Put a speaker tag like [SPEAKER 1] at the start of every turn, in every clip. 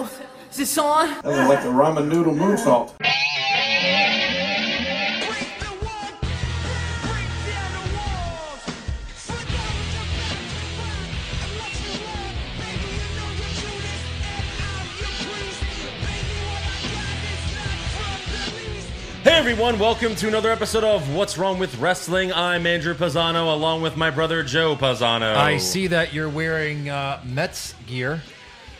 [SPEAKER 1] Oh, this on?
[SPEAKER 2] That was like the ramen noodle moonsault.
[SPEAKER 3] Hey everyone, welcome to another episode of What's Wrong with Wrestling. I'm Andrew Pisano along with my brother Joe Pisano.
[SPEAKER 4] I see that you're wearing uh, Mets gear,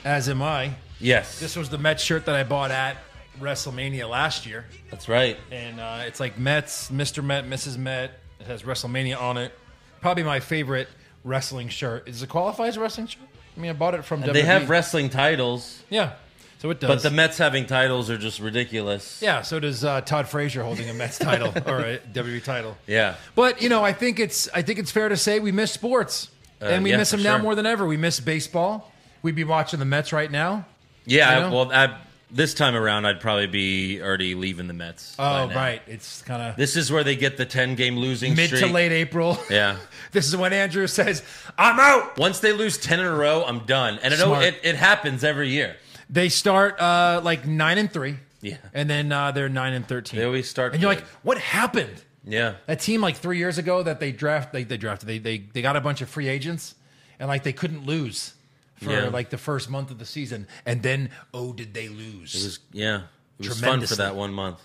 [SPEAKER 4] as am I.
[SPEAKER 3] Yes.
[SPEAKER 4] This was the Mets shirt that I bought at WrestleMania last year,
[SPEAKER 3] That's right.
[SPEAKER 4] and uh, it's like Mets, Mr. Met, Mrs. Met. It has WrestleMania on it. Probably my favorite wrestling shirt. Is it qualifies a wrestling shirt? I mean, I bought it from.
[SPEAKER 3] They
[SPEAKER 4] WWE.
[SPEAKER 3] have wrestling titles,
[SPEAKER 4] yeah. So it
[SPEAKER 3] but
[SPEAKER 4] does.
[SPEAKER 3] the Mets having titles are just ridiculous.
[SPEAKER 4] yeah. So does uh, Todd Frazier holding a Mets title or a WWE title?
[SPEAKER 3] Yeah.
[SPEAKER 4] But you know, I think it's I think it's fair to say we miss sports, and we
[SPEAKER 3] Uh, yeah,
[SPEAKER 4] miss
[SPEAKER 3] for
[SPEAKER 4] them now
[SPEAKER 3] sure.
[SPEAKER 4] more than ever. We miss baseball. We'd be watching the Mets right now.
[SPEAKER 3] Yeah,
[SPEAKER 4] I know.
[SPEAKER 3] well I, this time around I'd probably be already leaving the Mets. by
[SPEAKER 4] Oh,
[SPEAKER 3] now.
[SPEAKER 4] right. It's kind of
[SPEAKER 3] This is where they get the 10 game losing
[SPEAKER 4] mid
[SPEAKER 3] streak.
[SPEAKER 4] to late April.
[SPEAKER 3] Yeah.
[SPEAKER 4] This is when Andrew says, "I'm out."
[SPEAKER 3] Once they lose 10 in a row, I'm done. And I know
[SPEAKER 4] Smart.
[SPEAKER 3] it, it happens every year.
[SPEAKER 4] They start uh, like nine and three.
[SPEAKER 3] Yeah.
[SPEAKER 4] and then uh, they're nine and thirteen.
[SPEAKER 3] They always start
[SPEAKER 4] and you're
[SPEAKER 3] good.
[SPEAKER 4] like, "What happened?"
[SPEAKER 3] Yeah.
[SPEAKER 4] That team like three years ago that they draft they, they drafted they, they they got a bunch of free agents and like they couldn't lose for
[SPEAKER 3] Yeah.
[SPEAKER 4] like the first month of the season and then oh did they lose?
[SPEAKER 3] It was yeah. It was fun for
[SPEAKER 4] Tremendously.
[SPEAKER 3] that one month.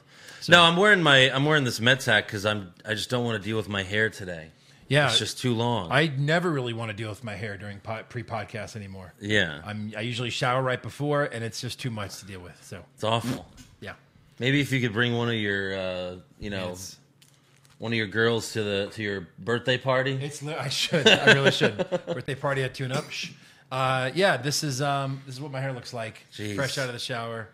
[SPEAKER 3] no, I'm wearing my I'm wearing this Mets hat because I'm I just don't want to deal with my hair today.
[SPEAKER 4] yeah,
[SPEAKER 3] It's just too long.
[SPEAKER 4] Uh, I never really want to deal with my hair during po- pre-podcast anymore.
[SPEAKER 3] yeah,
[SPEAKER 4] I'm I usually shower right before and it's just too much to deal with. So
[SPEAKER 3] it's awful.
[SPEAKER 4] yeah,
[SPEAKER 3] Maybe if you could bring one of your uh, you know
[SPEAKER 4] it's
[SPEAKER 3] one of your girls to the to your birthday party.
[SPEAKER 4] it's li- I should I really should birthday party at Tune Up. Shh. Uh, yeah, this is um this is what my hair looks like
[SPEAKER 3] Jeez.
[SPEAKER 4] fresh out of the shower.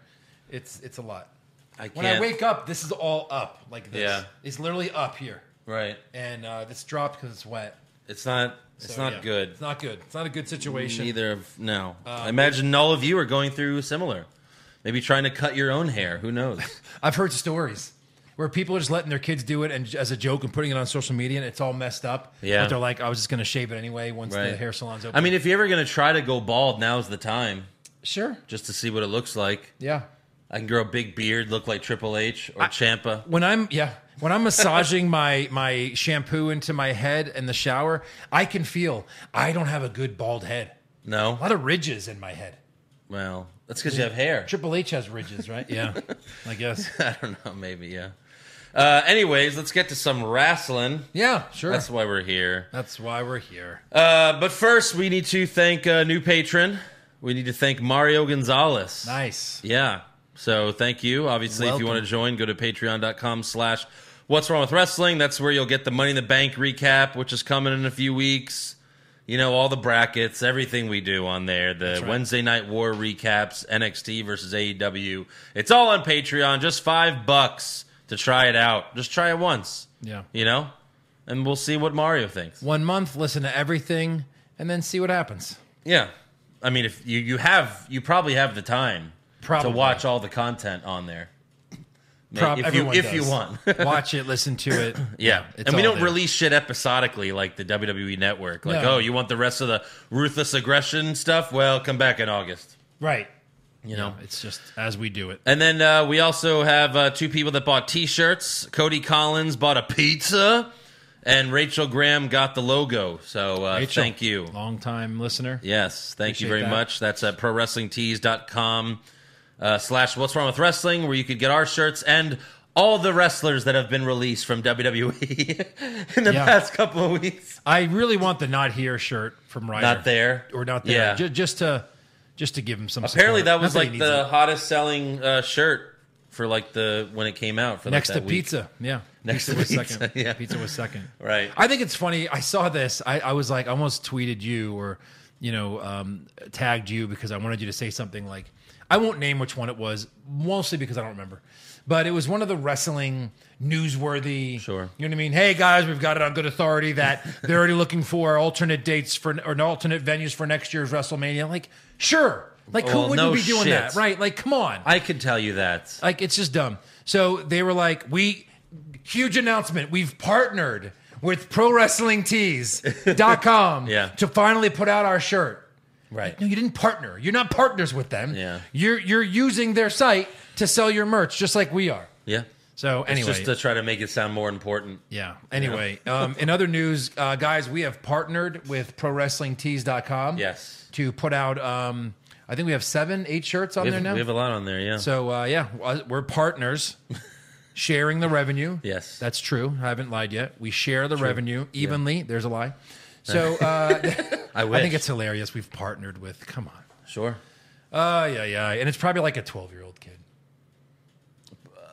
[SPEAKER 4] It's it's a lot.
[SPEAKER 3] I can't.
[SPEAKER 4] When I wake up, this is all up like this.
[SPEAKER 3] Yeah.
[SPEAKER 4] It's literally up here,
[SPEAKER 3] right,
[SPEAKER 4] and uh, it's dropped because it's wet.
[SPEAKER 3] it's not it's
[SPEAKER 4] So,
[SPEAKER 3] not
[SPEAKER 4] yeah. Uh,
[SPEAKER 3] good.
[SPEAKER 4] It's not good. It's not a good situation.
[SPEAKER 3] Neither of no. I imagine all of you are going through similar. Maybe trying to cut your own hair. Who knows?
[SPEAKER 4] I've heard stories where people are just letting their kids do it and as a joke and putting it on social media, and it's all messed up.
[SPEAKER 3] Yeah.
[SPEAKER 4] but they're like, I was just going to shave it anyway once
[SPEAKER 3] Right.
[SPEAKER 4] the hair salon's open.
[SPEAKER 3] I mean, if you're ever gonna try to go bald, now's the time
[SPEAKER 4] sure,
[SPEAKER 3] just to see what it looks like.
[SPEAKER 4] yeah.
[SPEAKER 3] I can grow a big beard, look like Triple H or Champa.
[SPEAKER 4] When I'm yeah, when I'm massaging my my shampoo into my head in the shower, I can feel I don't have a good bald head. A
[SPEAKER 3] No,
[SPEAKER 4] lot of ridges in my head.
[SPEAKER 3] well, that's because you have hair.
[SPEAKER 4] Triple H has ridges, right? Yeah, I guess.
[SPEAKER 3] I don't know, maybe yeah. Uh, anyways, let's get to some wrestling.
[SPEAKER 4] Yeah, sure.
[SPEAKER 3] That's why we're here.
[SPEAKER 4] That's why we're here.
[SPEAKER 3] Uh, but first, we need to thank a new patron. We need to thank Mario Gonzalez.
[SPEAKER 4] nice.
[SPEAKER 3] Yeah. So thank you. Obviously, if you
[SPEAKER 4] Welcome.
[SPEAKER 3] want to join, go to patreon.com slash what's wrong with wrestling. That's where you'll get the Money in the Bank recap, which is coming in a few weeks. You know, all the brackets, everything we do on there, the
[SPEAKER 4] right.
[SPEAKER 3] Wednesday Night War recaps, NXT versus AEW. It's all on Patreon. Just five bucks to try it out. Just try it once.
[SPEAKER 4] Yeah.
[SPEAKER 3] You know? And we'll see what Mario thinks.
[SPEAKER 4] One month, listen to everything, and then see what happens.
[SPEAKER 3] Yeah. I mean, if you, you have, you probably have the time
[SPEAKER 4] Probably.
[SPEAKER 3] to watch all the content on there.
[SPEAKER 4] Prob-
[SPEAKER 3] if you,
[SPEAKER 4] everyone
[SPEAKER 3] if you
[SPEAKER 4] does.
[SPEAKER 3] want.
[SPEAKER 4] Watch it, listen to it.
[SPEAKER 3] yeah.
[SPEAKER 4] it's
[SPEAKER 3] and we
[SPEAKER 4] all
[SPEAKER 3] don't
[SPEAKER 4] there.
[SPEAKER 3] release shit episodically like the WWE network. Like,
[SPEAKER 4] No.
[SPEAKER 3] oh, you want the rest of the ruthless aggression stuff? Well, come back in August.
[SPEAKER 4] Right.
[SPEAKER 3] You know?
[SPEAKER 4] It's just as we do it.
[SPEAKER 3] And then uh, we also have uh, two people that bought t shirts. Cody Collins bought a pizza, and Rachel Graham got the logo. So uh,
[SPEAKER 4] Rachel,
[SPEAKER 3] thank you.
[SPEAKER 4] Long time listener.
[SPEAKER 3] Yes, thank you
[SPEAKER 4] Appreciate
[SPEAKER 3] very
[SPEAKER 4] that.
[SPEAKER 3] much. That's at prowrestlingtees.com uh, slash what's wrong with wrestling, where you could get our shirts and all the wrestlers that have been released from WWE in the
[SPEAKER 4] Yeah.
[SPEAKER 3] past couple of weeks.
[SPEAKER 4] I really want the not here shirt from Ryder.
[SPEAKER 3] Not there.
[SPEAKER 4] Or not there.
[SPEAKER 3] Yeah.
[SPEAKER 4] Ju- just to just to give him some
[SPEAKER 3] Apparently, that
[SPEAKER 4] support.
[SPEAKER 3] was
[SPEAKER 4] Not he
[SPEAKER 3] like
[SPEAKER 4] needs
[SPEAKER 3] the
[SPEAKER 4] it.
[SPEAKER 3] hottest selling uh, shirt for like the when it came out for like,
[SPEAKER 4] next
[SPEAKER 3] that
[SPEAKER 4] to
[SPEAKER 3] week.
[SPEAKER 4] pizza. Yeah.
[SPEAKER 3] Next
[SPEAKER 4] pizza
[SPEAKER 3] to
[SPEAKER 4] was
[SPEAKER 3] pizza,
[SPEAKER 4] second.
[SPEAKER 3] yeah.
[SPEAKER 4] Pizza was second.
[SPEAKER 3] Right.
[SPEAKER 4] I think it's funny. I saw this. I, I was like, I almost tweeted you or, you know, um, tagged you because I wanted you to say something like, I won't name which one it was, mostly because I don't remember. But it was one of the wrestling newsworthy.
[SPEAKER 3] Sure.
[SPEAKER 4] You know what I mean? Hey, guys, we've got it on good authority that they're already looking for alternate dates for or alternate venues for next year's WrestleMania. Like, sure. Like,
[SPEAKER 3] Well,
[SPEAKER 4] who wouldn't
[SPEAKER 3] no
[SPEAKER 4] be doing
[SPEAKER 3] shit.
[SPEAKER 4] that? Right? Like, come on.
[SPEAKER 3] I could tell you that.
[SPEAKER 4] Like it's just dumb. So they were like, "We huge announcement. We've partnered with ProWrestlingTees.com
[SPEAKER 3] Yeah.
[SPEAKER 4] to finally put out our shirt."
[SPEAKER 3] Right.
[SPEAKER 4] Like, no, you didn't partner. You're not partners with them.
[SPEAKER 3] Yeah.
[SPEAKER 4] You're you're using their site to sell your merch, just like we are.
[SPEAKER 3] Yeah.
[SPEAKER 4] So
[SPEAKER 3] It's
[SPEAKER 4] anyway,
[SPEAKER 3] just to try to make it sound more important.
[SPEAKER 4] yeah. Anyway, um, in other news, uh, guys, we have partnered with ProWrestlingTees.com.
[SPEAKER 3] Yes.
[SPEAKER 4] To put out, um, I think we have seven, eight shirts on
[SPEAKER 3] We
[SPEAKER 4] there
[SPEAKER 3] have,
[SPEAKER 4] now.
[SPEAKER 3] we have a lot on there, yeah.
[SPEAKER 4] So uh, yeah, uh, we're partners, sharing the revenue.
[SPEAKER 3] Yes.
[SPEAKER 4] that's true. I haven't lied yet. We share the revenue evenly. There's a lie. So uh,
[SPEAKER 3] I wish.
[SPEAKER 4] I think it's hilarious. We've partnered with. Come on.
[SPEAKER 3] sure.
[SPEAKER 4] Oh yeah, yeah, and it's probably like a 12 year old kid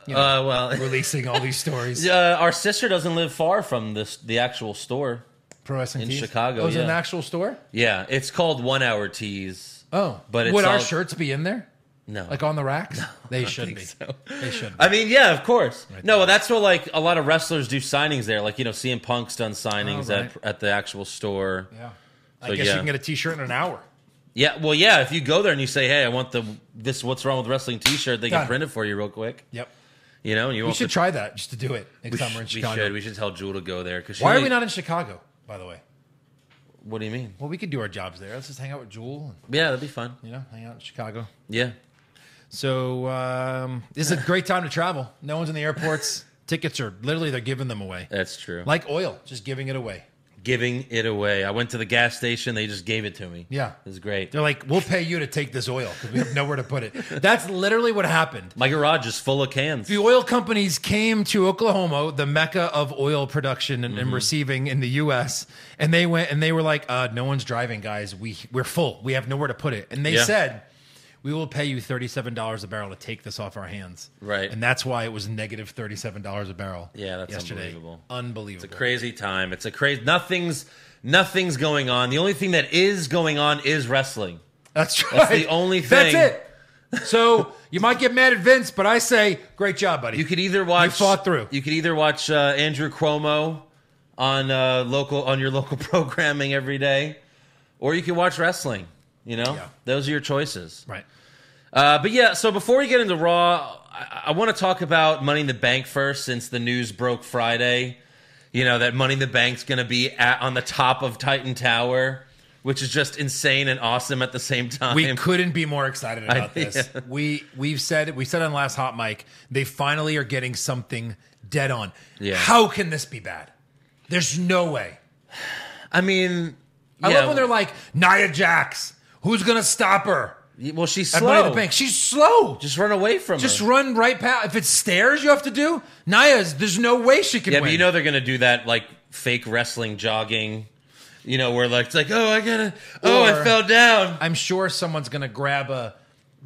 [SPEAKER 3] Uh, well,
[SPEAKER 4] releasing all these stories.
[SPEAKER 3] uh, our sister doesn't live far from this the actual store.
[SPEAKER 4] Pro wrestling
[SPEAKER 3] In
[SPEAKER 4] tees.
[SPEAKER 3] Chicago,
[SPEAKER 4] Oh, is it an
[SPEAKER 3] yeah.
[SPEAKER 4] actual store?
[SPEAKER 3] Yeah, it's called One Hour Tees.
[SPEAKER 4] Oh,
[SPEAKER 3] But it's
[SPEAKER 4] would our
[SPEAKER 3] all-
[SPEAKER 4] shirts be in there?
[SPEAKER 3] No,
[SPEAKER 4] Like on the racks? they should be. They should. Be.
[SPEAKER 3] I mean, yeah, of course. No, well, that's where like a lot of wrestlers do signings there. Like you know, CM Punk's done signings
[SPEAKER 4] Oh, right.
[SPEAKER 3] at at the actual store. Yeah.
[SPEAKER 4] yeah. I
[SPEAKER 3] So,
[SPEAKER 4] guess you
[SPEAKER 3] yeah.
[SPEAKER 4] can get a T-shirt in an hour.
[SPEAKER 3] well, yeah. If you go there and you say, "Hey, I want the this What's Wrong with Wrestling T-shirt," they
[SPEAKER 4] Got
[SPEAKER 3] can
[SPEAKER 4] it.
[SPEAKER 3] print it for you real quick.
[SPEAKER 4] Yep.
[SPEAKER 3] You know, and you
[SPEAKER 4] We
[SPEAKER 3] won't
[SPEAKER 4] should try that just to do it next
[SPEAKER 3] we,
[SPEAKER 4] time we're in
[SPEAKER 3] should, we
[SPEAKER 4] Chicago.
[SPEAKER 3] should. We should tell Jewel to go there because
[SPEAKER 4] Why are we not in Chicago? By the way,
[SPEAKER 3] What do you mean?
[SPEAKER 4] well, we could do our jobs there. Let's just hang out with Jewel and
[SPEAKER 3] Yeah, that'd be fun.
[SPEAKER 4] you know hang out in Chicago.
[SPEAKER 3] Yeah.
[SPEAKER 4] So um, this is a great time to travel. No one's in the airports. Tickets are literally they're giving them away,
[SPEAKER 3] That's true.
[SPEAKER 4] like oil, just giving it away.
[SPEAKER 3] giving it away. I went to the gas station. They just gave it to me.
[SPEAKER 4] Yeah.
[SPEAKER 3] It was great.
[SPEAKER 4] They're like, we'll pay you to take this oil because we have nowhere to put it. That's literally what happened.
[SPEAKER 3] My garage is full of cans.
[SPEAKER 4] The oil companies came to Oklahoma, the mecca of oil production and,
[SPEAKER 3] Mm-hmm.
[SPEAKER 4] and receiving in the U.S., and they went and they were like, uh, "No one's driving, guys. We we're full. We have nowhere to put it." And they
[SPEAKER 3] Yeah.
[SPEAKER 4] said, "We will pay you thirty-seven dollars a barrel to take this off our hands."
[SPEAKER 3] Right.
[SPEAKER 4] and that's why it was negative thirty-seven dollars a barrel.
[SPEAKER 3] Yeah, that's
[SPEAKER 4] yesterday.
[SPEAKER 3] unbelievable.
[SPEAKER 4] Unbelievable.
[SPEAKER 3] It's a crazy time. It's a crazy. Nothing's nothing's going on. The only thing that is going on is wrestling.
[SPEAKER 4] that's right.
[SPEAKER 3] the only thing.
[SPEAKER 4] That's it. So you might get mad at Vince, but I say, great job, buddy.
[SPEAKER 3] You could either watch
[SPEAKER 4] fought through.
[SPEAKER 3] You could either watch uh, Andrew Cuomo on uh, local on your local programming every day, or you can watch wrestling. You know,
[SPEAKER 4] Yeah.
[SPEAKER 3] those are your choices.
[SPEAKER 4] right.
[SPEAKER 3] Uh, but yeah, so before we get into Raw, I, I want to talk about Money in the Bank first, since the news broke Friday. You know that Money in the Bank's going to be at, on the top of Titan Tower, which is just insane and awesome at the same time.
[SPEAKER 4] We couldn't be more excited about this.
[SPEAKER 3] yeah.
[SPEAKER 4] We we've said we said on last hot mic they finally are getting something dead on.
[SPEAKER 3] Yeah.
[SPEAKER 4] How can this be bad? There's no way.
[SPEAKER 3] I mean,
[SPEAKER 4] I
[SPEAKER 3] yeah,
[SPEAKER 4] love when they're like Nia Jax. Who's gonna stop her?
[SPEAKER 3] "Well, she's
[SPEAKER 4] At Money in
[SPEAKER 3] slow.
[SPEAKER 4] the Bank. She's slow. Just,
[SPEAKER 3] Just run away from her."
[SPEAKER 4] run right past. If it's stairs, you have to do Nia's. There's no way she can.
[SPEAKER 3] Yeah,
[SPEAKER 4] win.
[SPEAKER 3] but you know they're gonna do that like fake wrestling jogging, you know, where like it's like, oh, I gotta, oh, I
[SPEAKER 4] Or-
[SPEAKER 3] fell down.
[SPEAKER 4] I'm sure someone's gonna grab a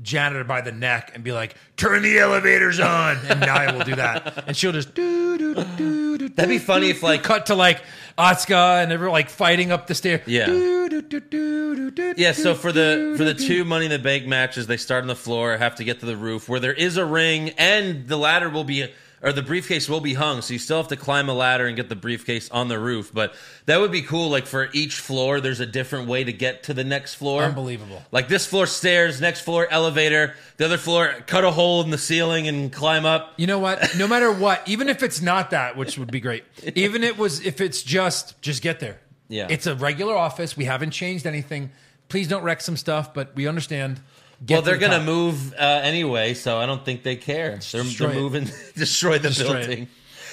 [SPEAKER 4] janitor by the neck and be like, "Turn the elevators on," and Nia will do that, and she'll just do do do do.
[SPEAKER 3] That'd be funny if, like-
[SPEAKER 4] cut to like Atsuka and everyone like fighting up the stairs.
[SPEAKER 3] Yeah.
[SPEAKER 4] Do, do, do, do, do,
[SPEAKER 3] Yeah,
[SPEAKER 4] do,
[SPEAKER 3] so for the
[SPEAKER 4] do,
[SPEAKER 3] for the
[SPEAKER 4] do,
[SPEAKER 3] two Money in the Bank matches, they start on the floor, have to get to the roof where there is a ring, and the ladder will be or the briefcase will be hung. So you still have to climb a ladder and get the briefcase on the roof. But that would be cool. Like for each floor, there's a different way to get to the next floor.
[SPEAKER 4] Unbelievable.
[SPEAKER 3] Like this floor stairs, next floor elevator, the other floor cut a hole in the ceiling and climb up.
[SPEAKER 4] You know what? No matter what, even if it's not that, which would be great, even it was if it's just just get there.
[SPEAKER 3] Yeah.
[SPEAKER 4] it's a regular office. We haven't changed anything. Please don't wreck some stuff, but we understand. Get
[SPEAKER 3] well,
[SPEAKER 4] to
[SPEAKER 3] they're
[SPEAKER 4] the
[SPEAKER 3] gonna
[SPEAKER 4] top.
[SPEAKER 3] move uh, anyway, so I don't think they care. They're,
[SPEAKER 4] destroy
[SPEAKER 3] they're
[SPEAKER 4] it.
[SPEAKER 3] moving, destroy the
[SPEAKER 4] Destroy it.
[SPEAKER 3] building.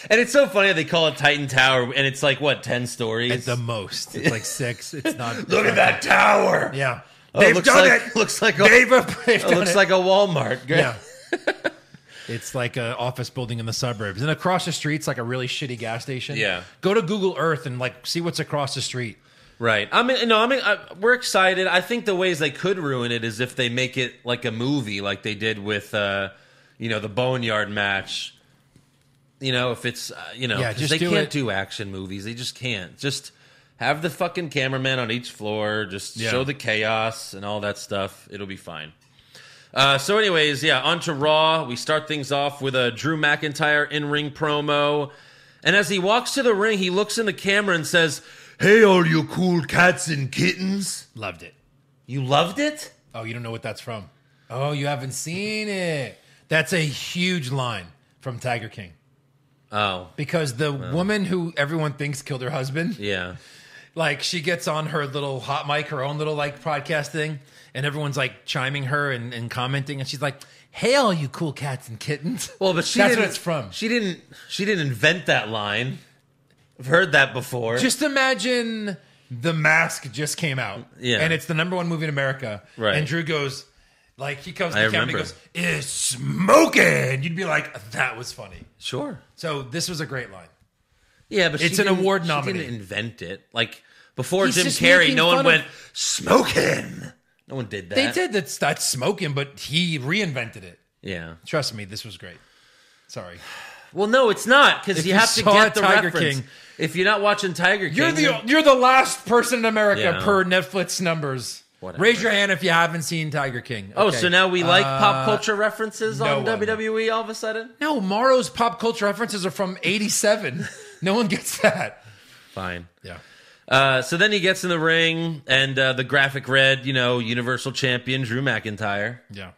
[SPEAKER 3] And it's so funny they call it Titan Tower, and it's like what ten stories.
[SPEAKER 4] At the most, it's like six. It's not.
[SPEAKER 3] Look at that tower.
[SPEAKER 4] Yeah,
[SPEAKER 3] Oh,
[SPEAKER 4] they've
[SPEAKER 3] looks
[SPEAKER 4] done
[SPEAKER 3] like,
[SPEAKER 4] it.
[SPEAKER 3] Looks like a,
[SPEAKER 4] They've, they've
[SPEAKER 3] it
[SPEAKER 4] done
[SPEAKER 3] looks
[SPEAKER 4] it.
[SPEAKER 3] like a Walmart. Great.
[SPEAKER 4] yeah. it's like an office building in the suburbs, and across the street's like a really shitty gas station.
[SPEAKER 3] Yeah.
[SPEAKER 4] go to Google Earth and like see what's across the street.
[SPEAKER 3] Right. I mean, no. I mean, I, we're excited. I think the ways they could ruin it is if they make it like a movie, like they did with, uh, you know, the Boneyard match. You know, if it's uh, you know,
[SPEAKER 4] Yeah,
[SPEAKER 3] 'cause
[SPEAKER 4] just
[SPEAKER 3] they
[SPEAKER 4] do
[SPEAKER 3] can't
[SPEAKER 4] it.
[SPEAKER 3] do action movies. They just can't. Just have the fucking cameraman on each floor. Just
[SPEAKER 4] Yeah.
[SPEAKER 3] show the chaos and all that stuff. It'll be fine. Uh, so, anyways, yeah, on to Raw. We start things off with a Drew McIntyre in ring promo. And as he walks to the ring, he looks in the camera and says, Hey, all you cool cats and kittens.
[SPEAKER 4] Loved it.
[SPEAKER 3] You loved it?
[SPEAKER 4] Oh, you don't know what that's from? Oh, you haven't seen it. That's a huge line from Tiger King
[SPEAKER 3] Oh,
[SPEAKER 4] because the woman who everyone thinks killed her husband
[SPEAKER 3] yeah.
[SPEAKER 4] like she gets on her little hot mic, her own little like podcast thing, and everyone's like chiming her and, and commenting, and she's like, "Hey, all you cool cats and kittens."
[SPEAKER 3] Well, but she
[SPEAKER 4] that's
[SPEAKER 3] didn't,
[SPEAKER 4] what it's from.
[SPEAKER 3] She didn't. She didn't invent that line. I've heard that before.
[SPEAKER 4] Just imagine the mask just came out,
[SPEAKER 3] Yeah.
[SPEAKER 4] and it's the number one movie in America,
[SPEAKER 3] Right.
[SPEAKER 4] And Drew goes. Like he comes to
[SPEAKER 3] I
[SPEAKER 4] the camera and he
[SPEAKER 3] remember.
[SPEAKER 4] goes, "It's smoking." You'd be like, "That was funny."
[SPEAKER 3] sure.
[SPEAKER 4] So this was a great line.
[SPEAKER 3] Yeah, but she
[SPEAKER 4] It's an
[SPEAKER 3] didn't-
[SPEAKER 4] award
[SPEAKER 3] she
[SPEAKER 4] nominee.
[SPEAKER 3] didn't invent it. Like before
[SPEAKER 4] He's
[SPEAKER 3] Jim
[SPEAKER 4] just
[SPEAKER 3] Carrey,
[SPEAKER 4] making
[SPEAKER 3] no one
[SPEAKER 4] fun of-
[SPEAKER 3] went smoking. No one did that.
[SPEAKER 4] They did that's that's smoking, but he reinvented it.
[SPEAKER 3] Yeah.
[SPEAKER 4] Trust me, this was great. Sorry,
[SPEAKER 3] Well, no, it's not because you
[SPEAKER 4] you
[SPEAKER 3] have to
[SPEAKER 4] saw
[SPEAKER 3] get the
[SPEAKER 4] Tiger
[SPEAKER 3] reference.
[SPEAKER 4] King-
[SPEAKER 3] If you're not watching Tiger King,
[SPEAKER 4] you're the
[SPEAKER 3] then-
[SPEAKER 4] you're the last person in America
[SPEAKER 3] Yeah.
[SPEAKER 4] per Netflix numbers.
[SPEAKER 3] Whatever.
[SPEAKER 4] Raise your hand if you haven't seen Tiger King.
[SPEAKER 3] oh,
[SPEAKER 4] Okay.
[SPEAKER 3] so now we like
[SPEAKER 4] Uh,
[SPEAKER 3] pop culture references
[SPEAKER 4] no
[SPEAKER 3] on
[SPEAKER 4] one.
[SPEAKER 3] WWE all of a sudden.
[SPEAKER 4] No, Morrow's pop culture references are from '87. no one gets that.
[SPEAKER 3] Fine.
[SPEAKER 4] Yeah,
[SPEAKER 3] Uh, so then he gets in the ring, and uh, the graphic read, you know, Universal Champion Drew McIntyre,
[SPEAKER 4] yeah.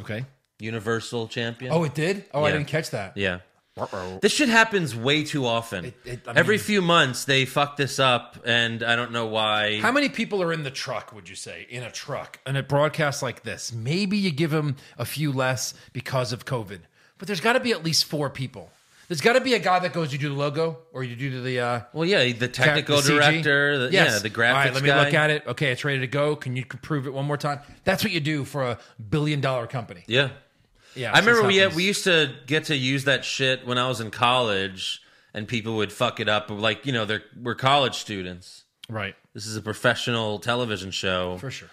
[SPEAKER 4] Okay.
[SPEAKER 3] Universal Champion.
[SPEAKER 4] Oh, it did. Oh, I
[SPEAKER 3] Yeah.
[SPEAKER 4] didn't catch that.
[SPEAKER 3] yeah. This shit happens way too often.
[SPEAKER 4] It- it- I
[SPEAKER 3] Every
[SPEAKER 4] mean-
[SPEAKER 3] few months they fuck this up, and I don't know why.
[SPEAKER 4] How many people are in the truck, would you say? In a truck. And a broadcast like this. Maybe you give them a few less because of COVID. But there's got to be at least four people. There's got to be a guy that goes, you do the logo or you do the. Uh,
[SPEAKER 3] well, yeah, the technical
[SPEAKER 4] the CG?
[SPEAKER 3] director, the, yeah, the graphics
[SPEAKER 4] All right, let me
[SPEAKER 3] guy.
[SPEAKER 4] look at it. Okay, it's ready to go. Can you prove it one more time? That's what you do for a billion dollar company.
[SPEAKER 3] Yeah,
[SPEAKER 4] Yeah.
[SPEAKER 3] I remember we had,
[SPEAKER 4] had
[SPEAKER 3] we used to get to use that shit when I was in college, and people would fuck it up. Like you know, they're we're college students.
[SPEAKER 4] Right.
[SPEAKER 3] This is a professional television show.
[SPEAKER 4] For sure.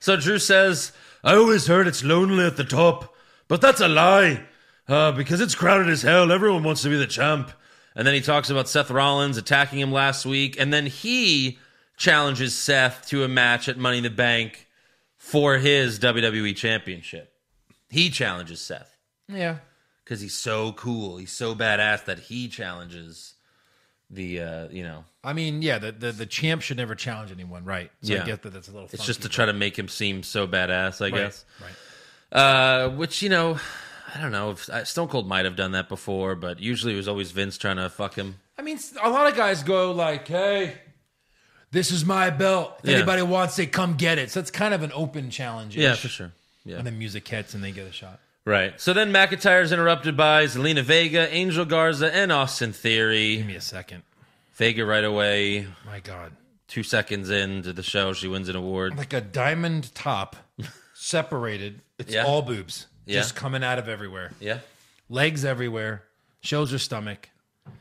[SPEAKER 3] So Drew says, I always heard it's lonely at the top, but that's a lie uh, because it's crowded as hell. Everyone wants to be the champ. And then he talks about Seth Rollins attacking him last week. And then he challenges Seth to a match at Money in the Bank for his WWE Championship. He challenges Seth
[SPEAKER 4] Yeah.
[SPEAKER 3] because he's so cool. He's so badass that he challenges the, uh, you know,
[SPEAKER 4] I mean, yeah, the, the, the champ should never challenge anyone, right? So
[SPEAKER 3] Yeah.
[SPEAKER 4] I get that that's a little
[SPEAKER 3] it's
[SPEAKER 4] funky,
[SPEAKER 3] just to try to make him seem so badass, I
[SPEAKER 4] but-
[SPEAKER 3] guess.
[SPEAKER 4] Right.
[SPEAKER 3] Uh, which you know, I don't know if uh, Stone Cold might have done that before, but usually it was always Vince trying to fuck him.
[SPEAKER 4] I mean, a lot of guys go like, "Hey, this is my belt. If
[SPEAKER 3] Yeah.
[SPEAKER 4] anybody wants it, come get it." So it's kind of an open challenge.
[SPEAKER 3] Yeah, for sure. Yeah,
[SPEAKER 4] And the music hits, and they get a shot.
[SPEAKER 3] right. So then McIntyre is interrupted by Zelina Vega, Angel Garza, and Austin Theory.
[SPEAKER 4] Give me a second.
[SPEAKER 3] Vega right away,
[SPEAKER 4] My God,
[SPEAKER 3] two seconds into the show, she wins an award.
[SPEAKER 4] like a diamond top, separated. It's
[SPEAKER 3] Yeah.
[SPEAKER 4] all boobs,
[SPEAKER 3] Yeah.
[SPEAKER 4] just coming out of everywhere.
[SPEAKER 3] Yeah,
[SPEAKER 4] Legs everywhere. Shows her stomach.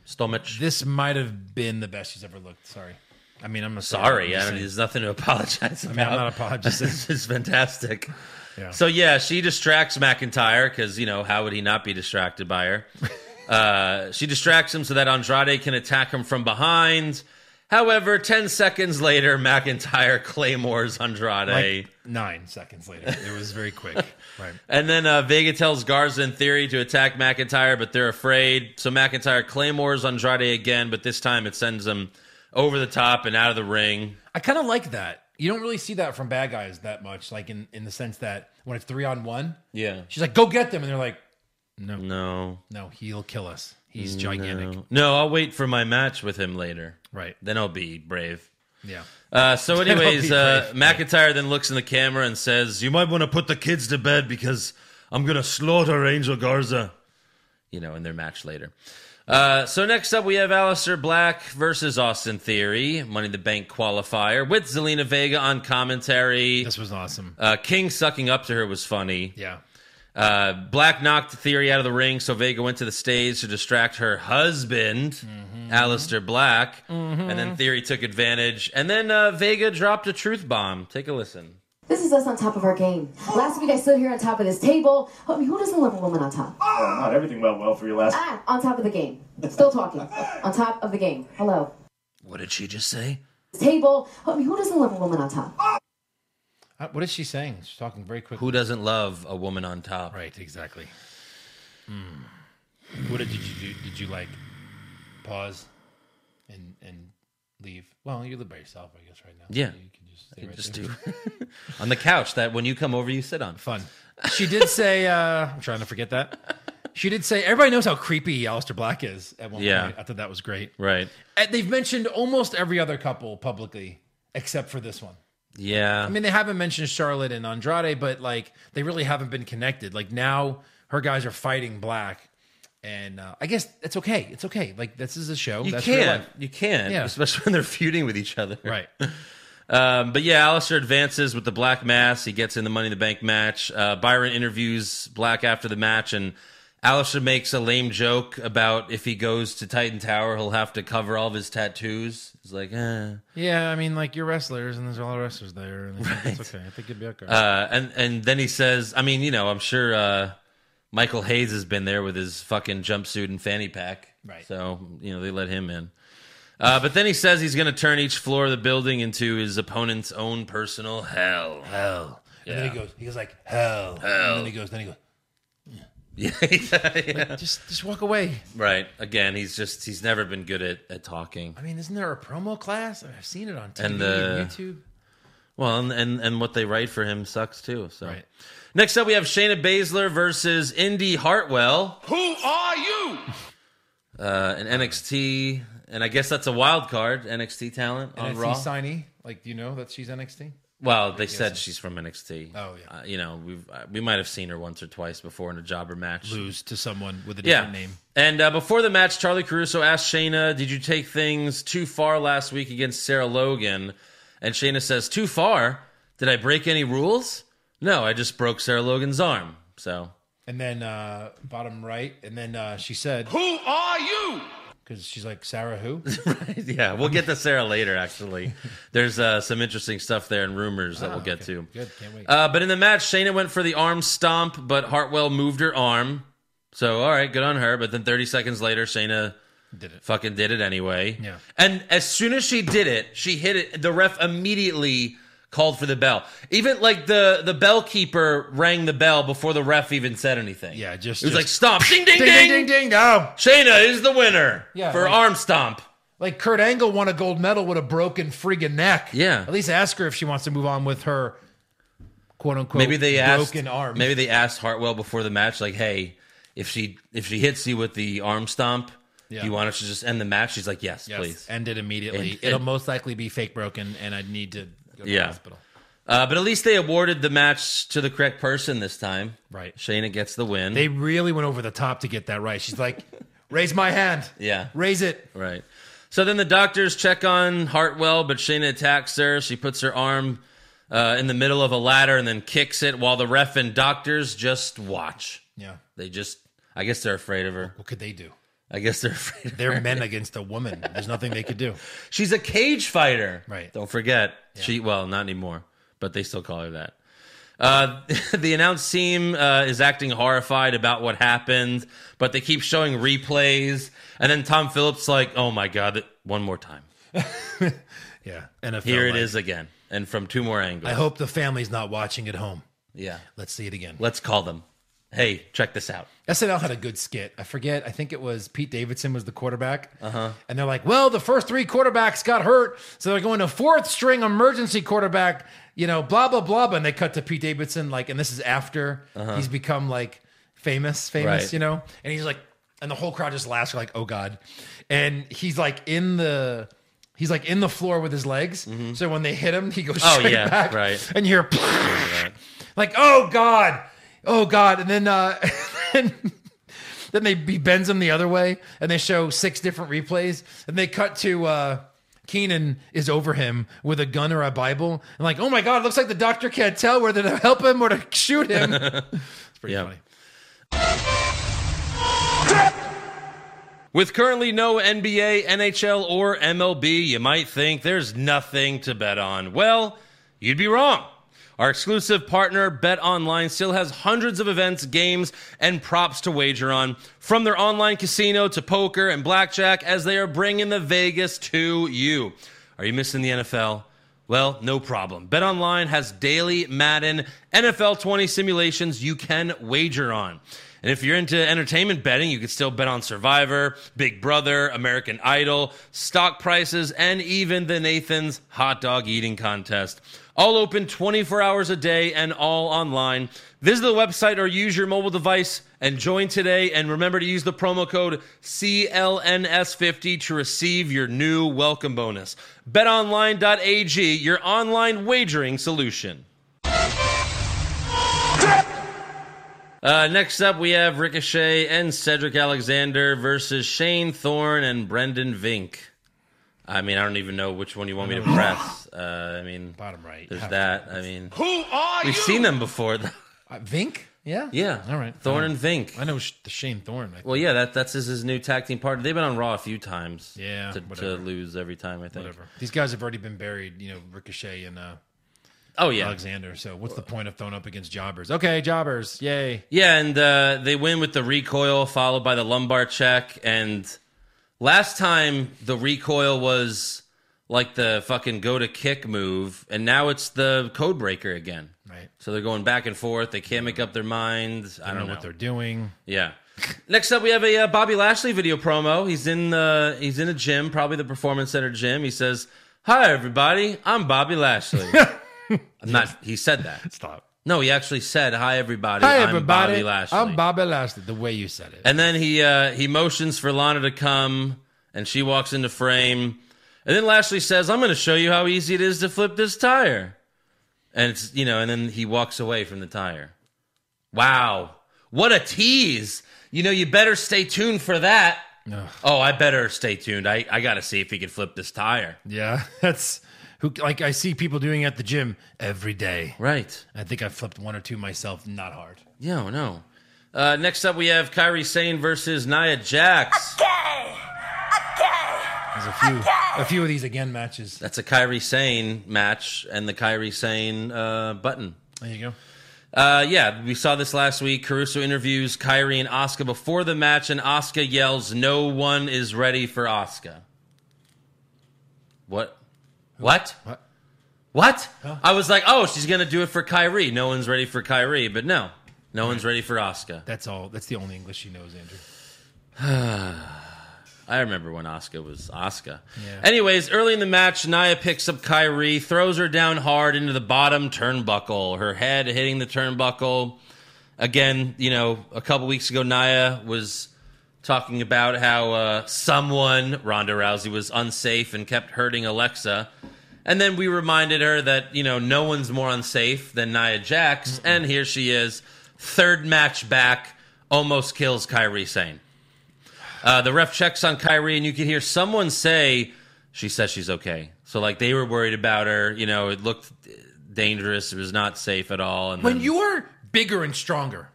[SPEAKER 3] stomach.
[SPEAKER 4] This might have been the best she's ever looked. Sorry. I mean, I'm not saying-
[SPEAKER 3] Sorry, I
[SPEAKER 4] I'm just
[SPEAKER 3] mean,
[SPEAKER 4] saying.
[SPEAKER 3] there's nothing to apologize
[SPEAKER 4] I mean,
[SPEAKER 3] about.
[SPEAKER 4] I'm not apologizing.
[SPEAKER 3] this is fantastic.
[SPEAKER 4] Yeah.
[SPEAKER 3] So yeah, she distracts McIntyre because you know how would he not be distracted by her? uh, she distracts him so that Andrade can attack him from behind. However, ten seconds later, McIntyre claymores Andrade,
[SPEAKER 4] Like nine seconds later, it was very quick. right.
[SPEAKER 3] and then uh, Vega tells Garza in theory to attack McIntyre, but they're afraid. So McIntyre claymores Andrade again, but this time it sends him over the top and out of the ring.
[SPEAKER 4] I kind of like that. You don't really see that from bad guys that much, like in, in the sense that when it's three on one,
[SPEAKER 3] Yeah.
[SPEAKER 4] she's like, go get them. And they're like,
[SPEAKER 3] No.
[SPEAKER 4] no, he'll kill us. He's gigantic.
[SPEAKER 3] No, I'll wait for my match with him later.
[SPEAKER 4] Right.
[SPEAKER 3] Then I'll be brave.
[SPEAKER 4] Yeah.
[SPEAKER 3] Uh, so,
[SPEAKER 4] I'll be
[SPEAKER 3] anyways, uh,
[SPEAKER 4] brave.
[SPEAKER 3] McIntyre then looks in the camera and says, "You might want to put the kids to bed because I'm gonna slaughter Angel Garza." You know, in their match later. Uh, so next up, we have Aleister Black versus Austin Theory, Money in the Bank qualifier with Zelina Vega on commentary.
[SPEAKER 4] This was awesome.
[SPEAKER 3] Uh, King sucking up to her was funny.
[SPEAKER 4] yeah.
[SPEAKER 3] Uh, Black knocked Theory out of the ring, so Vega went to the stage to distract her husband,
[SPEAKER 4] Mm-hmm.
[SPEAKER 3] Alistair Black. And then Theory took advantage. And then uh, Vega dropped a truth bomb. Take a listen.
[SPEAKER 1] This is us on top of our game. Last week I stood here on top of this table. I mean, who doesn't love a woman on top?
[SPEAKER 5] Not everything went well for you last.
[SPEAKER 1] Ah, on top of the game. Still talking. On top of the game. Hello.
[SPEAKER 3] What did she just say?
[SPEAKER 1] This table. I mean, who doesn't love a woman on top?
[SPEAKER 4] Uh, what is she saying? She's talking very quickly.
[SPEAKER 3] Who doesn't love a woman on top?
[SPEAKER 4] Right. Exactly. Mm. What did you do? Did you like pause and and leave? Well, you live by yourself, I guess, right now.
[SPEAKER 3] Yeah.
[SPEAKER 4] You can just stay
[SPEAKER 3] You
[SPEAKER 4] right
[SPEAKER 3] just
[SPEAKER 4] there.
[SPEAKER 3] do on the couch that when you come over, you sit on.
[SPEAKER 4] fun. She did say, uh, I'm trying to forget that. She did say everybody knows how creepy Aleister Black is at one
[SPEAKER 3] Yeah.
[SPEAKER 4] point. I thought that was great.
[SPEAKER 3] Right.
[SPEAKER 4] And they've mentioned almost every other couple publicly except for this one.
[SPEAKER 3] Yeah.
[SPEAKER 4] I mean, they haven't mentioned Charlotte and Andrade, but like they really haven't been connected. Like now, her guys are fighting Black, and uh, I guess it's okay. It's okay. Like this is a show.
[SPEAKER 3] you
[SPEAKER 4] That's real
[SPEAKER 3] can.
[SPEAKER 4] life.
[SPEAKER 3] You can.
[SPEAKER 4] Yeah.
[SPEAKER 3] Especially when they're feuding with each other.
[SPEAKER 4] right?
[SPEAKER 3] Um, but yeah, Alistair advances with the Black Mass. He gets in the Money in the Bank match. Uh, Byron interviews Black after the match, and Alistair makes a lame joke about if he goes to Titan Tower, he'll have to cover all of his tattoos. He's like, eh.
[SPEAKER 4] Yeah, I mean, like you're wrestlers, and there's a lot of wrestlers there, and it's okay. I think it'd be okay.
[SPEAKER 3] Uh, and and then he says, I mean, you know, I'm sure uh, Michael Hayes has been there with his fucking jumpsuit and fanny pack.
[SPEAKER 4] Right.
[SPEAKER 3] So you know they let him in. Uh, but then he says he's going to turn each floor of the building into his opponent's own personal hell.
[SPEAKER 4] hell. And then he goes. He goes like hell. And then he goes. Then he goes.
[SPEAKER 3] yeah.
[SPEAKER 4] Just, just walk away.
[SPEAKER 3] Right. Again, he's just he's never been good at, at talking.
[SPEAKER 4] I mean, isn't there a promo class? I've seen it on TV
[SPEAKER 3] And
[SPEAKER 4] and,
[SPEAKER 3] the-
[SPEAKER 4] YouTube.
[SPEAKER 3] Well, and, and and what they write for him sucks too. So
[SPEAKER 4] Right.
[SPEAKER 3] next up we have Shayna Baszler versus Indy Hartwell. Who are you? Uh an NXT and I guess that's a wild card, NXT talent on
[SPEAKER 4] NXT
[SPEAKER 3] Raw.
[SPEAKER 4] signee. Like, do you know that she's NXT?
[SPEAKER 3] well, they said she's from NXT.
[SPEAKER 4] Oh, yeah.
[SPEAKER 3] Uh, you know, we've uh, we might have seen her once or twice before in a jobber match.
[SPEAKER 4] Lose to someone with a
[SPEAKER 3] Yeah.
[SPEAKER 4] different name.
[SPEAKER 3] And uh, before the match, Charlie Caruso asked Shayna, "Did you take things too far last week against Sarah Logan?" And Shayna says, "Too far? Did I break any rules? No, I just broke Sarah Logan's arm." So
[SPEAKER 4] And then uh, bottom right, and then uh, she said, "Who are you?" Because she's like Sarah, who?
[SPEAKER 3] yeah, we'll get to Sarah later. Actually, there's uh, some interesting stuff there and rumors that we'll get to.
[SPEAKER 4] Good, can't wait.
[SPEAKER 3] Uh, but in the match, Shayna went for the arm stomp, but Hartwell moved her arm. So all right, good on her. But then 30 seconds later, Shayna
[SPEAKER 4] Did it?
[SPEAKER 3] fucking did it anyway.
[SPEAKER 4] Yeah.
[SPEAKER 3] And as soon as she did it, she hit it. The ref immediately called for the bell. Even like the the bell keeper rang the bell before the ref even said anything.
[SPEAKER 4] Yeah, just-
[SPEAKER 3] it was
[SPEAKER 4] just-
[SPEAKER 3] like stomp, ding ding ding,
[SPEAKER 4] Ding, ding, ding, ding! No,
[SPEAKER 3] Shayna is the winner
[SPEAKER 4] Yeah,
[SPEAKER 3] for
[SPEAKER 4] like-
[SPEAKER 3] arm stomp.
[SPEAKER 4] like Kurt Angle won a gold medal with a broken friggin' neck.
[SPEAKER 3] Yeah.
[SPEAKER 4] At least ask her if she wants to move on with her quote unquote
[SPEAKER 3] Maybe they asked
[SPEAKER 4] Oh, broken arm.
[SPEAKER 3] Maybe they asked Hartwell before the match, like, hey, if she if she hits you with the arm stomp,
[SPEAKER 4] Yeah.
[SPEAKER 3] do you want us to just end the match? She's like, yes,
[SPEAKER 4] yes,
[SPEAKER 3] please.
[SPEAKER 4] end it immediately.
[SPEAKER 3] And-
[SPEAKER 4] It'll
[SPEAKER 3] and-
[SPEAKER 4] most likely be fake broken, and I'd need to go to
[SPEAKER 3] Yeah.
[SPEAKER 4] the hospital.
[SPEAKER 3] Uh, but at least they awarded the match to the correct person this time.
[SPEAKER 4] Right.
[SPEAKER 3] Shayna gets the win.
[SPEAKER 4] They really went over the top to get that right. She's like, "Raise my hand."
[SPEAKER 3] Yeah.
[SPEAKER 4] Raise it.
[SPEAKER 3] Right. So then the doctors check on Hartwell, but Shayna attacks her. She puts her arm uh, in the middle of a ladder and then kicks it while the ref and doctors just watch.
[SPEAKER 4] Yeah.
[SPEAKER 3] They just, I guess they're afraid of her.
[SPEAKER 4] What could they do?
[SPEAKER 3] I guess they're afraid of her.
[SPEAKER 4] They're men against a woman. There's nothing they could do.
[SPEAKER 3] She's a cage fighter.
[SPEAKER 4] Right.
[SPEAKER 3] Don't forget. She, well, not anymore, but they still call her that. Uh, the announce team uh, is acting horrified about what happened, but they keep showing replays. And then Tom Phillips, like, oh my God, one more time.
[SPEAKER 4] Yeah. NFL.
[SPEAKER 3] Here it
[SPEAKER 4] life.
[SPEAKER 3] is again, and from two more angles.
[SPEAKER 4] I hope the family's not watching at home.
[SPEAKER 3] Yeah.
[SPEAKER 4] Let's see it again.
[SPEAKER 3] Let's call them. Hey, check this out.
[SPEAKER 4] SNL had a good skit. I forget. I think it was Pete Davidson was the quarterback. Uh-huh. And they're like, well, the first three quarterbacks got hurt. So they're going to fourth string emergency quarterback, you know, blah, blah, blah. And they cut to Pete Davidson, like, and this is after he's become like famous, famous,
[SPEAKER 3] Uh-huh. Right.
[SPEAKER 4] you know? And he's like, and the whole crowd just laughs, like, oh God. And he's like in the. He's like in the floor with his legs. So when they hit him, he goes
[SPEAKER 3] Mm-hmm. Oh,
[SPEAKER 4] straight
[SPEAKER 3] yeah,
[SPEAKER 4] back.
[SPEAKER 3] right.
[SPEAKER 4] And you hear like oh god oh god and then uh and then they he bends him the other way and they show six different replays and they cut to uh Keenan is over him with a gun or a Bible, and like, oh my God, it looks like the doctor can't tell whether to help him or to shoot him. it's pretty
[SPEAKER 3] Yeah.
[SPEAKER 4] funny.
[SPEAKER 3] With currently no NBA, NHL, or MLB, you might think there's nothing to bet on. Well, you'd be wrong. Our exclusive partner, Bet Online, still has hundreds of events, games, and props to wager on, from their online casino to poker and blackjack, as they are bringing the Vegas to you. Are you missing the NFL? Well, no problem. BetOnline has daily Madden NFL 20 simulations you can wager on. And if you're into entertainment betting, you can still bet on Survivor, Big Brother, American Idol, stock prices, and even the Nathan's hot dog eating contest. All open 24 hours a day and all online. Visit the website or use your mobile device and join today. And remember to use the promo code CLNS50 to receive your new welcome bonus. BetOnline.ag, your online wagering solution. Uh, next up, we have Ricochet and Cedric Alexander versus Shane Thorne and Brendan Vink. I mean, I don't even know which one you want me to press. Uh, I mean,
[SPEAKER 4] Bottom right.
[SPEAKER 3] There's
[SPEAKER 4] Have to.
[SPEAKER 3] that. I mean,
[SPEAKER 6] Who are
[SPEAKER 3] we've
[SPEAKER 6] you?
[SPEAKER 3] seen them before. though.
[SPEAKER 4] Uh, Vink? Yeah.
[SPEAKER 3] yeah.
[SPEAKER 4] All right.
[SPEAKER 3] Thorne
[SPEAKER 4] All
[SPEAKER 3] and Vink.
[SPEAKER 4] I know Sh- the Shane Thorne. I think.
[SPEAKER 3] Well, yeah, that that's his, his new tag team partner. They've been on Raw a few times.
[SPEAKER 4] Yeah,
[SPEAKER 3] to, to
[SPEAKER 4] whatever.
[SPEAKER 3] lose every time, I think.
[SPEAKER 4] Whatever. These guys have already been buried, you know, Ricochet and uh,
[SPEAKER 3] Oh yeah,
[SPEAKER 4] Alexander. So what's the point of throwing up against jobbers? Okay, jobbers. Yay.
[SPEAKER 3] yeah, and uh, they win with the recoil, followed by the lumbar check. And last time the recoil was like the fucking go to kick move, and now it's the code breaker again.
[SPEAKER 4] Right.
[SPEAKER 3] So they're going back and forth. They can't make up their minds. I
[SPEAKER 4] I
[SPEAKER 3] don't know,
[SPEAKER 4] don't know what they're doing.
[SPEAKER 3] Yeah. Next up, we have a uh, Bobby Lashley video promo. He's in the he's in a gym, probably the Performance Center gym. He says, "Hi everybody, I'm Bobby Lashley." I'm not. He said that.
[SPEAKER 4] Stop.
[SPEAKER 3] No, he actually said, "Hi everybody,
[SPEAKER 4] Hi,
[SPEAKER 3] I'm
[SPEAKER 4] everybody.
[SPEAKER 3] Bobby Lashley."
[SPEAKER 4] I'm Bobby Lashley. The way you said it.
[SPEAKER 3] and then he uh, he motions for Lana to come, and she walks into frame. And then Lashley says, "I'm going to show you how easy it is to flip this tire." And it's you know, and then he walks away from the tire. Wow, what a tease! You know, you better stay tuned for that. Oh, I better stay tuned. I, I got to see if he can flip this tire.
[SPEAKER 4] yeah. That's who. Like I see people doing at the gym every day.
[SPEAKER 3] Right.
[SPEAKER 4] I think I flipped one or two myself. Not hard.
[SPEAKER 3] Yeah, oh, no. Uh, next up, we have Kyrie Sane versus Nia Jax.
[SPEAKER 4] There's a few. A few of these again matches.
[SPEAKER 3] That's a Kyrie Sane match and the Kyrie Sane uh, button.
[SPEAKER 4] There you go.
[SPEAKER 3] Uh, yeah, we saw this last week. Caruso interviews Kyrie and Asuka before the match, and Asuka yells, "No one is ready for Asuka." What? What?
[SPEAKER 4] What?
[SPEAKER 3] What? I was like, "Oh, she's gonna do it for Kyrie. No one's ready for Kyrie," but no, no one's ready for Asuka.
[SPEAKER 4] That's all. That's the only English she knows, Andrew.
[SPEAKER 3] I remember when Asuka was Asuka.
[SPEAKER 4] Yeah.
[SPEAKER 3] Anyways, early in the match, Naya picks up Kyrie, throws her down hard into the bottom turnbuckle, her head hitting the turnbuckle. Again, you know, a couple weeks ago, Naya was talking about how uh, someone, Ronda Rousey, was unsafe and kept hurting Alexa. And then we reminded her that, you know, no one's more unsafe than Nia Jax.
[SPEAKER 4] Mm-hmm.
[SPEAKER 3] And here she is, third match back, almost kills Kyrie Sane. Uh, the ref checks on Kyrie, and you can hear someone say, she says she's okay. So, like, they were worried about her. You know, it looked dangerous. It was not safe at all. And
[SPEAKER 4] when
[SPEAKER 3] then-
[SPEAKER 4] you're bigger and stronger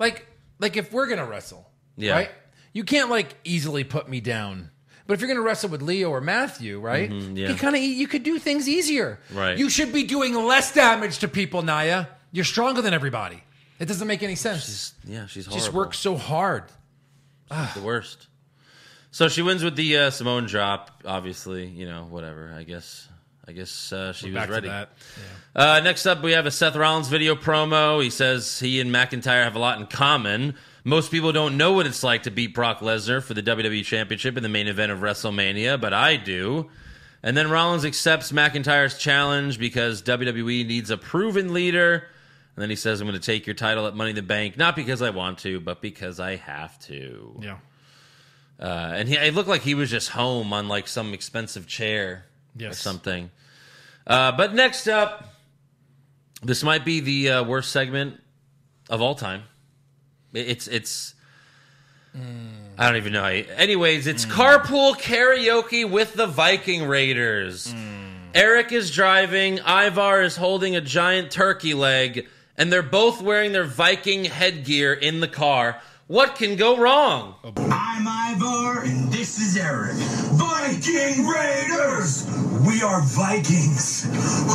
[SPEAKER 4] like like if we're gonna wrestle
[SPEAKER 3] Yeah.
[SPEAKER 4] right you can't like easily put me down but if you're gonna wrestle with leo or matthew right
[SPEAKER 3] Mm-hmm, yeah.
[SPEAKER 4] you kind of you could do things easier
[SPEAKER 3] Right.
[SPEAKER 4] you should be doing less damage to people naya you're stronger than everybody it doesn't make any sense
[SPEAKER 3] yeah, she's horrible.
[SPEAKER 4] just work so hard
[SPEAKER 3] the worst. So she wins with the uh, Simone drop. Obviously, you know, whatever. I guess. I guess uh, she was
[SPEAKER 4] back
[SPEAKER 3] ready.
[SPEAKER 4] to that
[SPEAKER 3] Uh, next up, we have a Seth Rollins video promo. He says he and McIntyre have a lot in common. Most people don't know what it's like to beat Brock Lesnar for the WWE Championship in the main event of WrestleMania, but I do. And then Rollins accepts McIntyre's challenge because WWE needs a proven leader. And then he says, I'm going to take your title at Money in the Bank, not because I want to, but because I have to.
[SPEAKER 4] yeah
[SPEAKER 3] Uh, and he, it looked like he was just home on like some expensive chair or
[SPEAKER 4] Yes.
[SPEAKER 3] something. Uh, but next up, this might be the uh, worst segment of all time. It- It's it's.
[SPEAKER 4] Hmm.
[SPEAKER 3] I don't even know. How you, anyways, it's carpool karaoke with the Viking Raiders.
[SPEAKER 4] Hmm.
[SPEAKER 3] Eric is driving. Ivar is holding a giant turkey leg, and they're both wearing their Viking headgear in the car. What can go wrong?
[SPEAKER 4] Oh.
[SPEAKER 7] I'm Ivar, and this is Eric. Viking Raiders! We are Vikings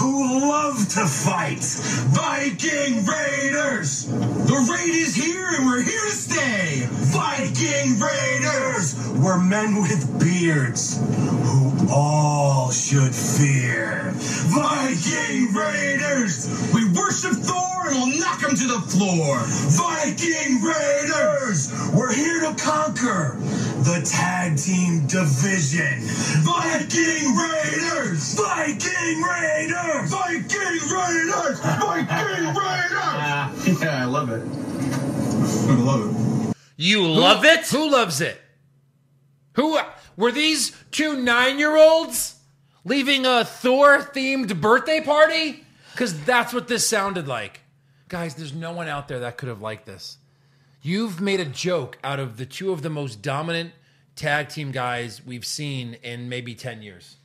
[SPEAKER 7] who love to fight. Viking Raiders! The raid is here, and we're here to stay. Viking Raiders! We're men with beards who all should fear. Viking Raiders! We worship Thor and will knock him to the floor. Viking Raiders, we're here to conquer the tag team division. Viking Raiders, Viking Raiders, Viking Raiders, Viking Raiders.
[SPEAKER 2] Yeah, I love it.
[SPEAKER 7] I love it.
[SPEAKER 3] You love it?
[SPEAKER 4] Who loves it? Who were these two nine-year-olds leaving a Thor-themed birthday party? Because that's what this sounded like, guys. There's no one out there that could have liked this. You've made a joke out of the two of the most dominant tag team guys we've seen in maybe ten years,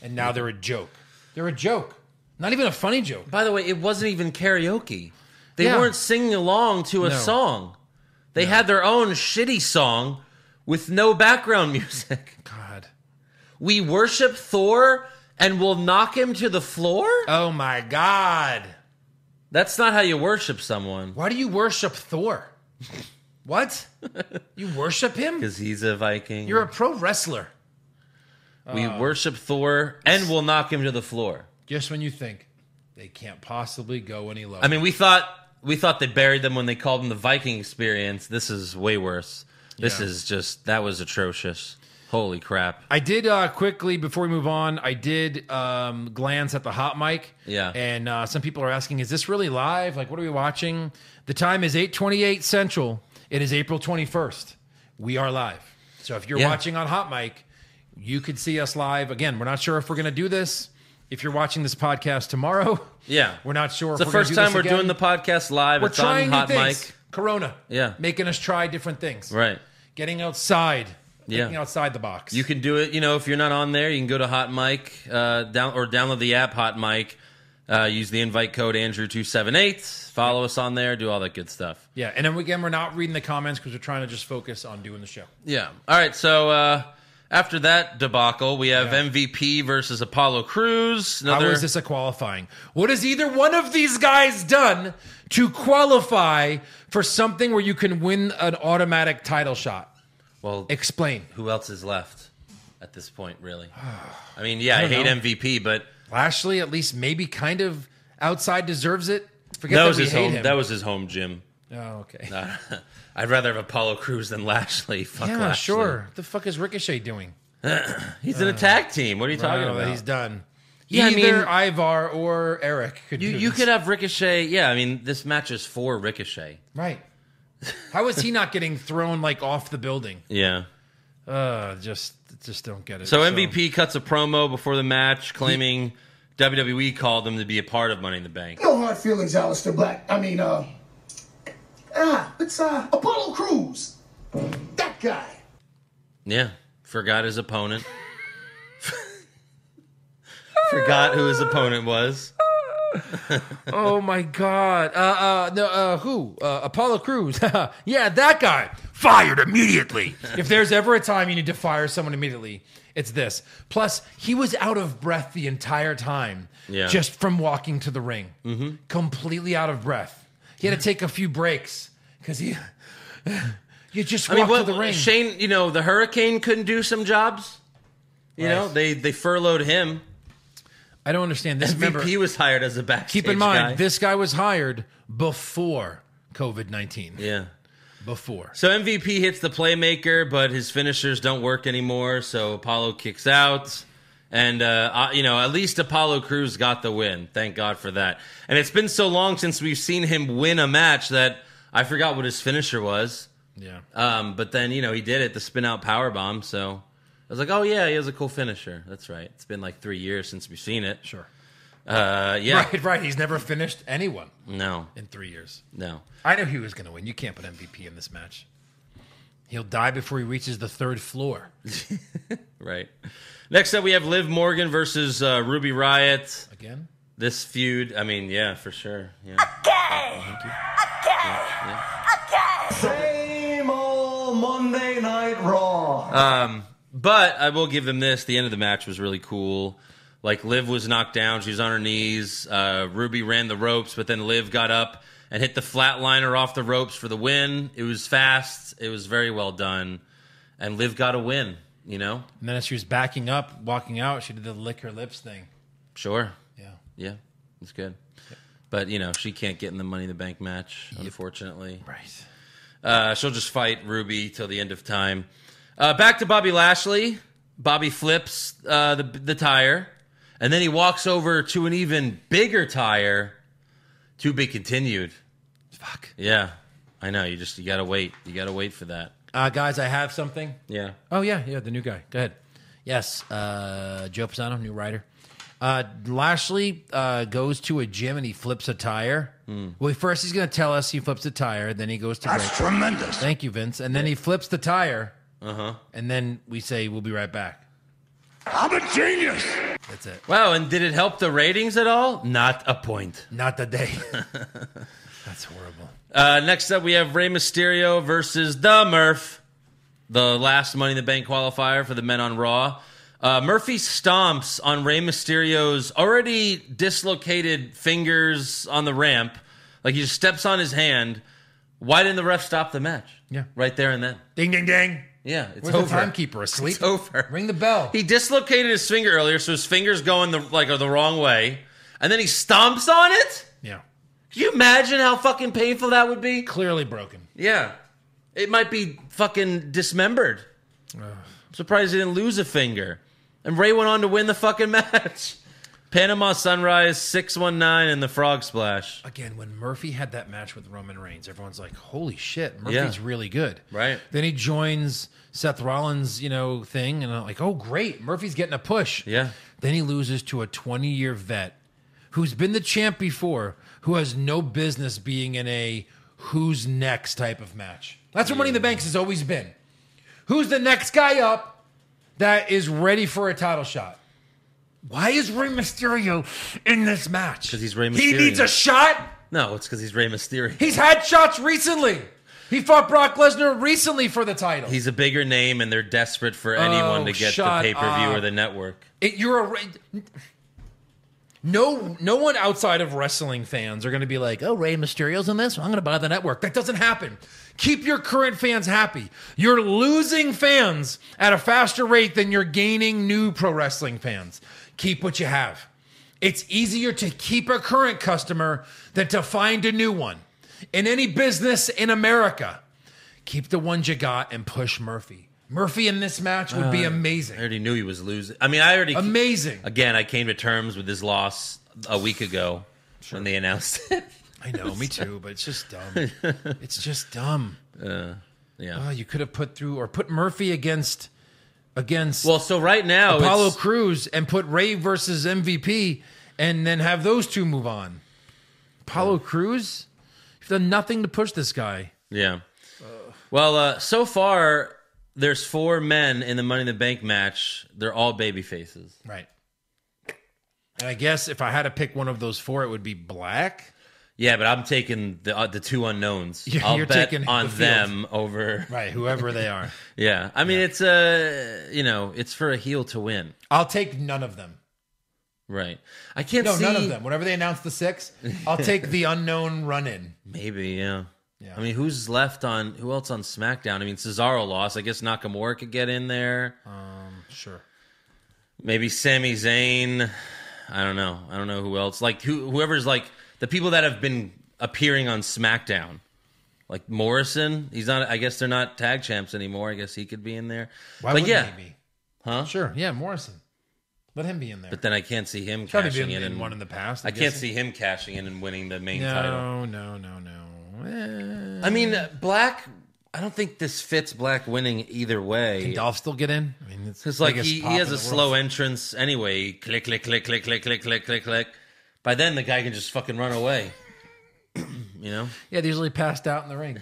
[SPEAKER 4] and now they're a joke. They're a joke. Not even a funny joke.
[SPEAKER 3] By the way, it wasn't even karaoke. They
[SPEAKER 4] Yeah.
[SPEAKER 3] weren't singing along to a
[SPEAKER 4] No.
[SPEAKER 3] song. They had their own shitty song with no background music.
[SPEAKER 4] God.
[SPEAKER 3] We worship Thor and we'll knock him to the floor?
[SPEAKER 4] Oh my God.
[SPEAKER 3] That's not how you worship someone.
[SPEAKER 4] Why do you worship Thor? What? You worship him?
[SPEAKER 3] Because he's a Viking.
[SPEAKER 4] You're uh, a pro wrestler.
[SPEAKER 3] we worship Thor and we'll knock him to the floor.
[SPEAKER 4] Just when you think they can't possibly go any lower.
[SPEAKER 3] I mean, we thought we thought they buried them when they called them the Viking experience. This is way worse. This
[SPEAKER 4] Yeah.
[SPEAKER 3] is just that was atrocious. Holy crap.
[SPEAKER 4] I did uh, quickly before we move on. I did um, glance at the hot mic.
[SPEAKER 3] Yeah.
[SPEAKER 4] and uh, some people are asking, "Is this really live? Like, what are we watching?" The time is eight twenty-eight central. It is April twenty-first. We are live. So if you're
[SPEAKER 3] Yeah.
[SPEAKER 4] watching on hot mic, you could see us live. Again, we're not sure if we're going to do this. If you're watching this podcast tomorrow,
[SPEAKER 3] Yeah.
[SPEAKER 4] we're not sure.
[SPEAKER 3] It's
[SPEAKER 4] if
[SPEAKER 3] the
[SPEAKER 4] we're gonna
[SPEAKER 3] first
[SPEAKER 4] do
[SPEAKER 3] time
[SPEAKER 4] this
[SPEAKER 3] we're
[SPEAKER 4] again.
[SPEAKER 3] doing the podcast live.
[SPEAKER 4] We're
[SPEAKER 3] it's
[SPEAKER 4] trying
[SPEAKER 3] on
[SPEAKER 4] new
[SPEAKER 3] hot
[SPEAKER 4] things.
[SPEAKER 3] mic.
[SPEAKER 4] Corona.
[SPEAKER 3] Yeah.
[SPEAKER 4] making us try different things.
[SPEAKER 3] Right.
[SPEAKER 4] getting outside.
[SPEAKER 3] Yeah.
[SPEAKER 4] Thinking outside the box.
[SPEAKER 3] You can do it, you know, if you're not on there, you can go to Hot Mic, uh, down or download the app Hot Mic. Uh, use the invite code Andrew278. Follow us on there, do all that good stuff.
[SPEAKER 4] Yeah, and then again, we're not reading the comments because we're trying to just focus on doing the show.
[SPEAKER 3] Yeah. All right. So uh, after that debacle, we have MVP versus Apollo Cruz. Another,
[SPEAKER 4] How is this a qualifying? What has either one of these guys done to qualify for something where you can win an automatic title shot?
[SPEAKER 3] Well,
[SPEAKER 4] Explain.
[SPEAKER 3] who else is left at this point, really? I mean, yeah, I,
[SPEAKER 4] don't
[SPEAKER 3] hate
[SPEAKER 4] know.
[SPEAKER 3] MVP, but
[SPEAKER 4] Lashley, at least maybe kind of outside deserves it. Forget
[SPEAKER 3] that
[SPEAKER 4] that,
[SPEAKER 3] was
[SPEAKER 4] we
[SPEAKER 3] his
[SPEAKER 4] hate
[SPEAKER 3] home.
[SPEAKER 4] him.
[SPEAKER 3] That was his home gym.
[SPEAKER 4] oh, okay.
[SPEAKER 3] I'd rather have Apollo Cruz than Lashley. Fuck
[SPEAKER 4] yeah,
[SPEAKER 3] Lashley.
[SPEAKER 4] sure. What the fuck is Ricochet doing?
[SPEAKER 3] He's in a tag team. What are you
[SPEAKER 4] I
[SPEAKER 3] talking
[SPEAKER 4] don't know
[SPEAKER 3] about?
[SPEAKER 4] that he's done.
[SPEAKER 3] Yeah, I
[SPEAKER 4] either Ivar or Eric could
[SPEAKER 3] you
[SPEAKER 4] do
[SPEAKER 3] you
[SPEAKER 4] this.
[SPEAKER 3] could have Ricochet. Yeah, I mean, this match is for Ricochet.
[SPEAKER 4] right. How is he not getting thrown like off the building?
[SPEAKER 3] Yeah.
[SPEAKER 4] Uh, just just don't get it.
[SPEAKER 3] So MVP cuts a promo before the match claiming WWE called him to be a part of Money in the Bank.
[SPEAKER 6] No hard feelings, Alistair Black. I mean, uh, ah, it's uh, Apollo Cruz. That guy.
[SPEAKER 3] Yeah. Forgot his opponent. Forgot who his opponent was.
[SPEAKER 4] Oh my God. Uh, uh, no, uh, who? Uh, Apollo Cruz. yeah, that guy. Fired immediately. if there's ever a time you need to fire someone immediately, it's this. Plus, he was out of breath the entire time,
[SPEAKER 3] Yeah.
[SPEAKER 4] just from walking to the ring, mm-hmm. completely out of breath. He had to take a few breaks because he. You just
[SPEAKER 3] I
[SPEAKER 4] walked
[SPEAKER 3] mean, what,
[SPEAKER 4] to the ring.
[SPEAKER 3] Shane, you know, the Hurricane couldn't do some jobs. You know,
[SPEAKER 4] Right.
[SPEAKER 3] they they furloughed him.
[SPEAKER 4] I don't understand this. Remember,
[SPEAKER 3] MVP was hired as a backstage
[SPEAKER 4] keep in mind,
[SPEAKER 3] guy.
[SPEAKER 4] this guy was hired before COVID 19.
[SPEAKER 3] yeah.
[SPEAKER 4] Before.
[SPEAKER 3] So MVP hits the playmaker, but his finishers don't work anymore. So Apollo kicks out, and uh, uh, you know at least Apollo Cruz got the win. Thank God for that. And it's been so long since we've seen him win a match that I forgot what his finisher was.
[SPEAKER 4] Yeah.
[SPEAKER 3] Um, but then you know he did it, the spin out power bomb. So I was like, oh yeah, he has a cool finisher. That's right. It's been like three years since we've seen it.
[SPEAKER 4] Sure.
[SPEAKER 3] Uh, yeah.
[SPEAKER 4] Right, right. He's never finished anyone
[SPEAKER 3] No.
[SPEAKER 4] in three years.
[SPEAKER 3] No.
[SPEAKER 4] I knew he was going to win. You can't put MVP in this match. He'll die before he reaches the third floor.
[SPEAKER 3] Right. Next up, we have Liv Morgan versus uh, Ruby Riot.
[SPEAKER 4] Again?
[SPEAKER 3] this feud i mean yeah for sure yeah
[SPEAKER 5] Same old Monday Night Raw.
[SPEAKER 3] but i will give them this the end of the match was really cool like liv was knocked down she was on her knees uh, ruby ran the ropes but then liv got up and hit the flatliner off the ropes for the win it was fast it was very well done and liv got a win you know
[SPEAKER 4] And then as she was backing up, walking out, she did the lick her lips thing.
[SPEAKER 3] sure
[SPEAKER 4] Yeah.
[SPEAKER 3] yeah it's good But you know, she can't get in the Money in the Bank match, unfortunately.
[SPEAKER 4] Right.
[SPEAKER 3] Uh, she'll just fight Ruby till the end of time. Uh, back to Bobby Lashley. Bobby flips uh, the the tire, and then he walks over to an even bigger tire. To be continued.
[SPEAKER 4] Fuck.
[SPEAKER 3] Yeah, I know. You just you gotta wait. You gotta wait for that.
[SPEAKER 4] Uh, guys, I have something.
[SPEAKER 3] Yeah.
[SPEAKER 4] Oh yeah, yeah, the new guy. Go ahead. Yes, uh, Joe Pisano, new writer. Uh, Lashley uh, goes to a gym and he flips a tire. Well, first he's going to tell us he flips a tire, then he goes to break.
[SPEAKER 7] tremendous.
[SPEAKER 4] Thank you, Vince. And then he flips the tire. Uh huh. And then we say we'll be right back.
[SPEAKER 7] I'm a genius.
[SPEAKER 4] That's it.
[SPEAKER 3] Wow. And did it help the ratings at all? Not a point.
[SPEAKER 4] Not the day. That's horrible.
[SPEAKER 3] Uh, next up, we have Rey Mysterio versus the Murph, the last Money in the Bank qualifier for the men on Raw. Uh, Murphy stomps on Rey Mysterio's already dislocated fingers on the ramp. Like he just steps on his hand. Why didn't the ref stop the match?
[SPEAKER 4] Yeah.
[SPEAKER 3] Right there and then.
[SPEAKER 4] Ding ding ding.
[SPEAKER 3] Yeah. It's
[SPEAKER 4] Where's
[SPEAKER 3] over.
[SPEAKER 4] the timekeeper asleep?
[SPEAKER 3] It's over.
[SPEAKER 4] Ring the bell.
[SPEAKER 3] He dislocated his finger earlier, so his finger's going the like the wrong way, and then he stomps on it.
[SPEAKER 4] yeah.
[SPEAKER 3] Can you imagine how fucking painful that would be?
[SPEAKER 4] Clearly broken.
[SPEAKER 3] Yeah, it might be fucking dismembered. I'm surprised he didn't lose a finger. And Ray went on to win the fucking match. Panama Sunrise six one nine and the Frog Splash.
[SPEAKER 4] again, when Murphy had that match with Roman Reigns, everyone's like, "Holy shit,
[SPEAKER 3] Yeah.
[SPEAKER 4] Murphy's really good."
[SPEAKER 3] Right.
[SPEAKER 4] Then he joins Seth Rollins, you know, thing, and I'm like, "Oh, great, Murphy's getting a push."
[SPEAKER 3] Yeah.
[SPEAKER 4] Then he loses to a 20 year vet who's been the champ before, who has no business being in a who's next type of match. That's what Money in the Banks has always been. Who's the next guy up that is ready for a title shot? Why is Rey Mysterio in this match? Because
[SPEAKER 3] he's Rey
[SPEAKER 4] He
[SPEAKER 3] Mysterio.
[SPEAKER 4] needs a shot.
[SPEAKER 3] No, it's because he's Rey Mysterio.
[SPEAKER 4] He's had shots recently. He fought Brock Lesnar recently for the title.
[SPEAKER 3] He's a bigger name, and they're desperate for anyone
[SPEAKER 4] Oh,
[SPEAKER 3] to get the
[SPEAKER 4] shut
[SPEAKER 3] pay per view
[SPEAKER 4] up.
[SPEAKER 3] or the network.
[SPEAKER 4] It- you're a re- no no one outside of wrestling fans are going to be like, "Oh, Rey Mysterio's in this. I'm going to buy the network." That doesn't happen. Keep your current fans happy. You're losing fans at a faster rate than you're gaining new pro wrestling fans. Keep what you have. It's easier to keep a current customer than to find a new one. In any business in America, keep the ones you got and push Murphy. Murphy in this match would be
[SPEAKER 3] I
[SPEAKER 4] amazing.
[SPEAKER 3] already knew he was losing. I mean, I already
[SPEAKER 4] Amazing.
[SPEAKER 3] Again, I came to terms with his loss a week ago when they announced it.
[SPEAKER 4] I know, me too, but it's just dumb. it's just dumb.
[SPEAKER 3] Uh, yeah.
[SPEAKER 4] Oh, you could have put through or put Murphy against against
[SPEAKER 3] Well, so right now,
[SPEAKER 4] Apollo
[SPEAKER 3] it's-
[SPEAKER 4] Cruz and put Ray versus MVP and then have those two move on. Apollo Cruz? You've done nothing to push this guy.
[SPEAKER 3] yeah. Well, uh, so far there's four men in the Money in the Bank match. They're all baby faces.
[SPEAKER 4] Right. And I guess if I had to pick one of those four, it would be black.
[SPEAKER 3] Yeah, but I'm taking the uh, the two unknowns.
[SPEAKER 4] Yeah,
[SPEAKER 3] I'll
[SPEAKER 4] you're
[SPEAKER 3] bet
[SPEAKER 4] taking
[SPEAKER 3] on
[SPEAKER 4] the field.
[SPEAKER 3] them over.
[SPEAKER 4] Right, whoever they are.
[SPEAKER 3] Yeah, I mean it's a uh, you know it's for a heel to win.
[SPEAKER 4] I'll take none of them.
[SPEAKER 3] Right. I can't
[SPEAKER 4] No,
[SPEAKER 3] see
[SPEAKER 4] none of them. Whenever they announce the six, I'll take the unknown run in.
[SPEAKER 3] Maybe, yeah.
[SPEAKER 4] Yeah.
[SPEAKER 3] I mean, who's left on? Who else on SmackDown? I mean, Cesaro lost. I guess Nakamura could get in there.
[SPEAKER 4] Sure.
[SPEAKER 3] Maybe Sami Zayn. I don't know. I don't know who else. Like who, whoever's like the people that have been appearing on SmackDown. Like Morrison, he's not. I guess they're not tag champs anymore. I guess he could be in there.
[SPEAKER 4] Why
[SPEAKER 3] but
[SPEAKER 4] wouldn't
[SPEAKER 3] yeah,
[SPEAKER 4] he be?
[SPEAKER 3] Huh?
[SPEAKER 4] Sure. Yeah, Morrison. Let him be in there.
[SPEAKER 3] but then I can't see him
[SPEAKER 4] Probably
[SPEAKER 3] cashing
[SPEAKER 4] been
[SPEAKER 3] in.
[SPEAKER 4] in,
[SPEAKER 3] and,
[SPEAKER 4] one in the past.
[SPEAKER 3] I
[SPEAKER 4] I'm
[SPEAKER 3] can't
[SPEAKER 4] guessing.
[SPEAKER 3] see him cashing in and winning the main title.
[SPEAKER 4] No, no, no, no. Eh.
[SPEAKER 3] I mean, Black. I don't think this fits Black winning either way.
[SPEAKER 4] Can Dolph still get in? I mean, it's
[SPEAKER 3] Because like
[SPEAKER 4] biggest
[SPEAKER 3] he,
[SPEAKER 4] pop
[SPEAKER 3] he has
[SPEAKER 4] in
[SPEAKER 3] a
[SPEAKER 4] the
[SPEAKER 3] slow
[SPEAKER 4] world.
[SPEAKER 3] entrance anyway. Click click click click click click click click click. By then the guy can just fucking run away. you know,
[SPEAKER 4] Yeah, they usually passed out in the ring.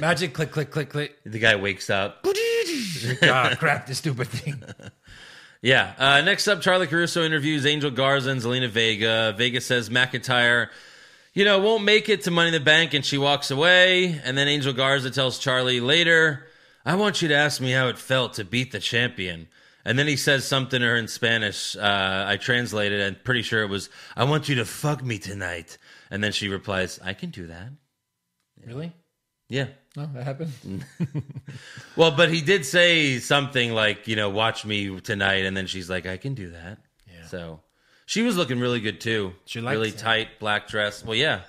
[SPEAKER 4] Magic click, click, click, click.
[SPEAKER 3] the guy wakes up.
[SPEAKER 4] ah, crap, this stupid thing.
[SPEAKER 3] Yeah. Uh, next up, Charlie Caruso interviews Angel Garza and Zelina Vega. Vega says McIntyre, you know, won't make it to Money in the Bank, and she walks away. And then Angel Garza tells Charlie later, "I want you to ask me how it felt to beat the champion." And then he says something to her in Spanish. Uh, I translated, and pretty sure it was, "I want you to fuck me tonight." And then she replies, "I can do that."
[SPEAKER 4] Really?
[SPEAKER 3] Yeah.
[SPEAKER 4] No, that happened?
[SPEAKER 3] Mm. Well, but he did say something like, you know, watch me tonight, and then she's like, I can do that. Yeah. So She was looking really good too.
[SPEAKER 4] She likes
[SPEAKER 3] really
[SPEAKER 4] him.
[SPEAKER 3] tight black dress. Well, yeah,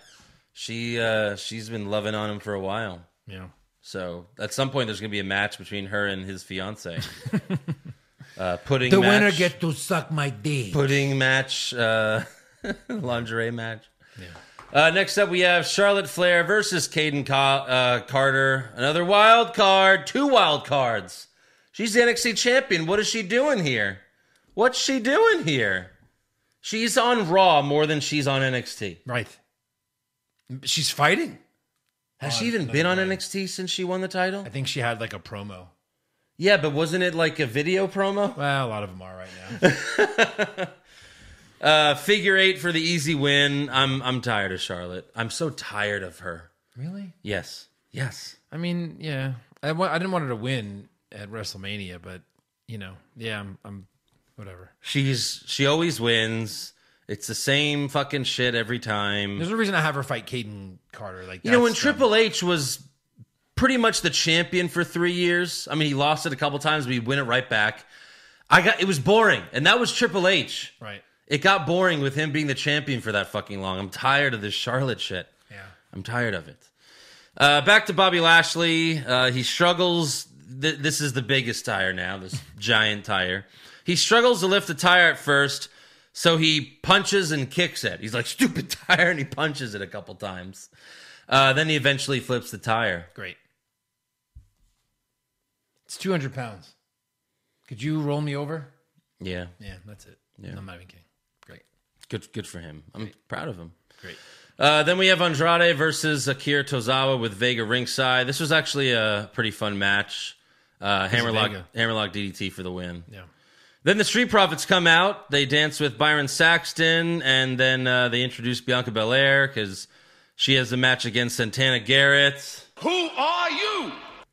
[SPEAKER 3] she uh, she's been loving on him for a while.
[SPEAKER 4] Yeah.
[SPEAKER 3] So at some point, there's gonna be a match between her and his fiance. uh, pudding
[SPEAKER 4] The
[SPEAKER 3] match,
[SPEAKER 4] winner get to suck my dick.
[SPEAKER 3] pudding match, uh, lingerie match. Uh, next up, we have Charlotte Flair versus Caden Ca- uh, Carter. Another wild card, two wild cards. She's the NXT champion. What is she doing here? What's she doing here? She's on Raw more than she's on NXT.
[SPEAKER 4] Right. She's fighting.
[SPEAKER 3] Has she even been on NXT since she won the title?
[SPEAKER 4] I think she had like a promo.
[SPEAKER 3] Yeah, but wasn't it like a video promo?
[SPEAKER 4] Well, a lot of them are right now.
[SPEAKER 3] A figure eight for the easy win. I'm I'm tired of Charlotte. I'm so tired of her.
[SPEAKER 4] really?
[SPEAKER 3] Yes. Yes.
[SPEAKER 4] I mean, yeah. I, wa- I didn't want her to win at WrestleMania, but you know, yeah, I'm, I'm whatever.
[SPEAKER 3] She's she always wins. It's the same fucking shit every time.
[SPEAKER 4] There's a reason I have her fight Caden Carter. Like
[SPEAKER 3] you know, when
[SPEAKER 4] that's the-
[SPEAKER 3] Triple H was pretty much the champion for three years. I mean, he lost it a couple times, but he'd win it right back. I got it was boring, and that was Triple H.
[SPEAKER 4] right?
[SPEAKER 3] It got boring with him being the champion for that fucking long. I'm tired of this Charlotte shit.
[SPEAKER 4] Yeah.
[SPEAKER 3] I'm tired of it. Uh, back to Bobby Lashley. Uh, he struggles. Th- this is the biggest tire now, this giant tire. He struggles to lift the tire at first, so he punches and kicks it. He's like, stupid tire, and he punches it a couple times. Uh, then he eventually flips the tire.
[SPEAKER 4] Great. It's 200 pounds. Could you roll me over?
[SPEAKER 3] Yeah,
[SPEAKER 4] Yeah, that's it.
[SPEAKER 3] Yeah.
[SPEAKER 4] I'm not even kidding. Great.
[SPEAKER 3] good, good for him. I'm proud of him.
[SPEAKER 4] Great.
[SPEAKER 3] Uh, then we have Andrade versus Akira Tozawa with Vega ringside. This was actually a pretty fun match. Uh, hammerlock,
[SPEAKER 4] Vega.
[SPEAKER 3] hammerlock DDT for the win.
[SPEAKER 4] Yeah.
[SPEAKER 3] Then the Street Profits come out. They dance with Byron Saxton, and then uh, they introduce Bianca Belair because she has the match against Santana Garrett. Who are you?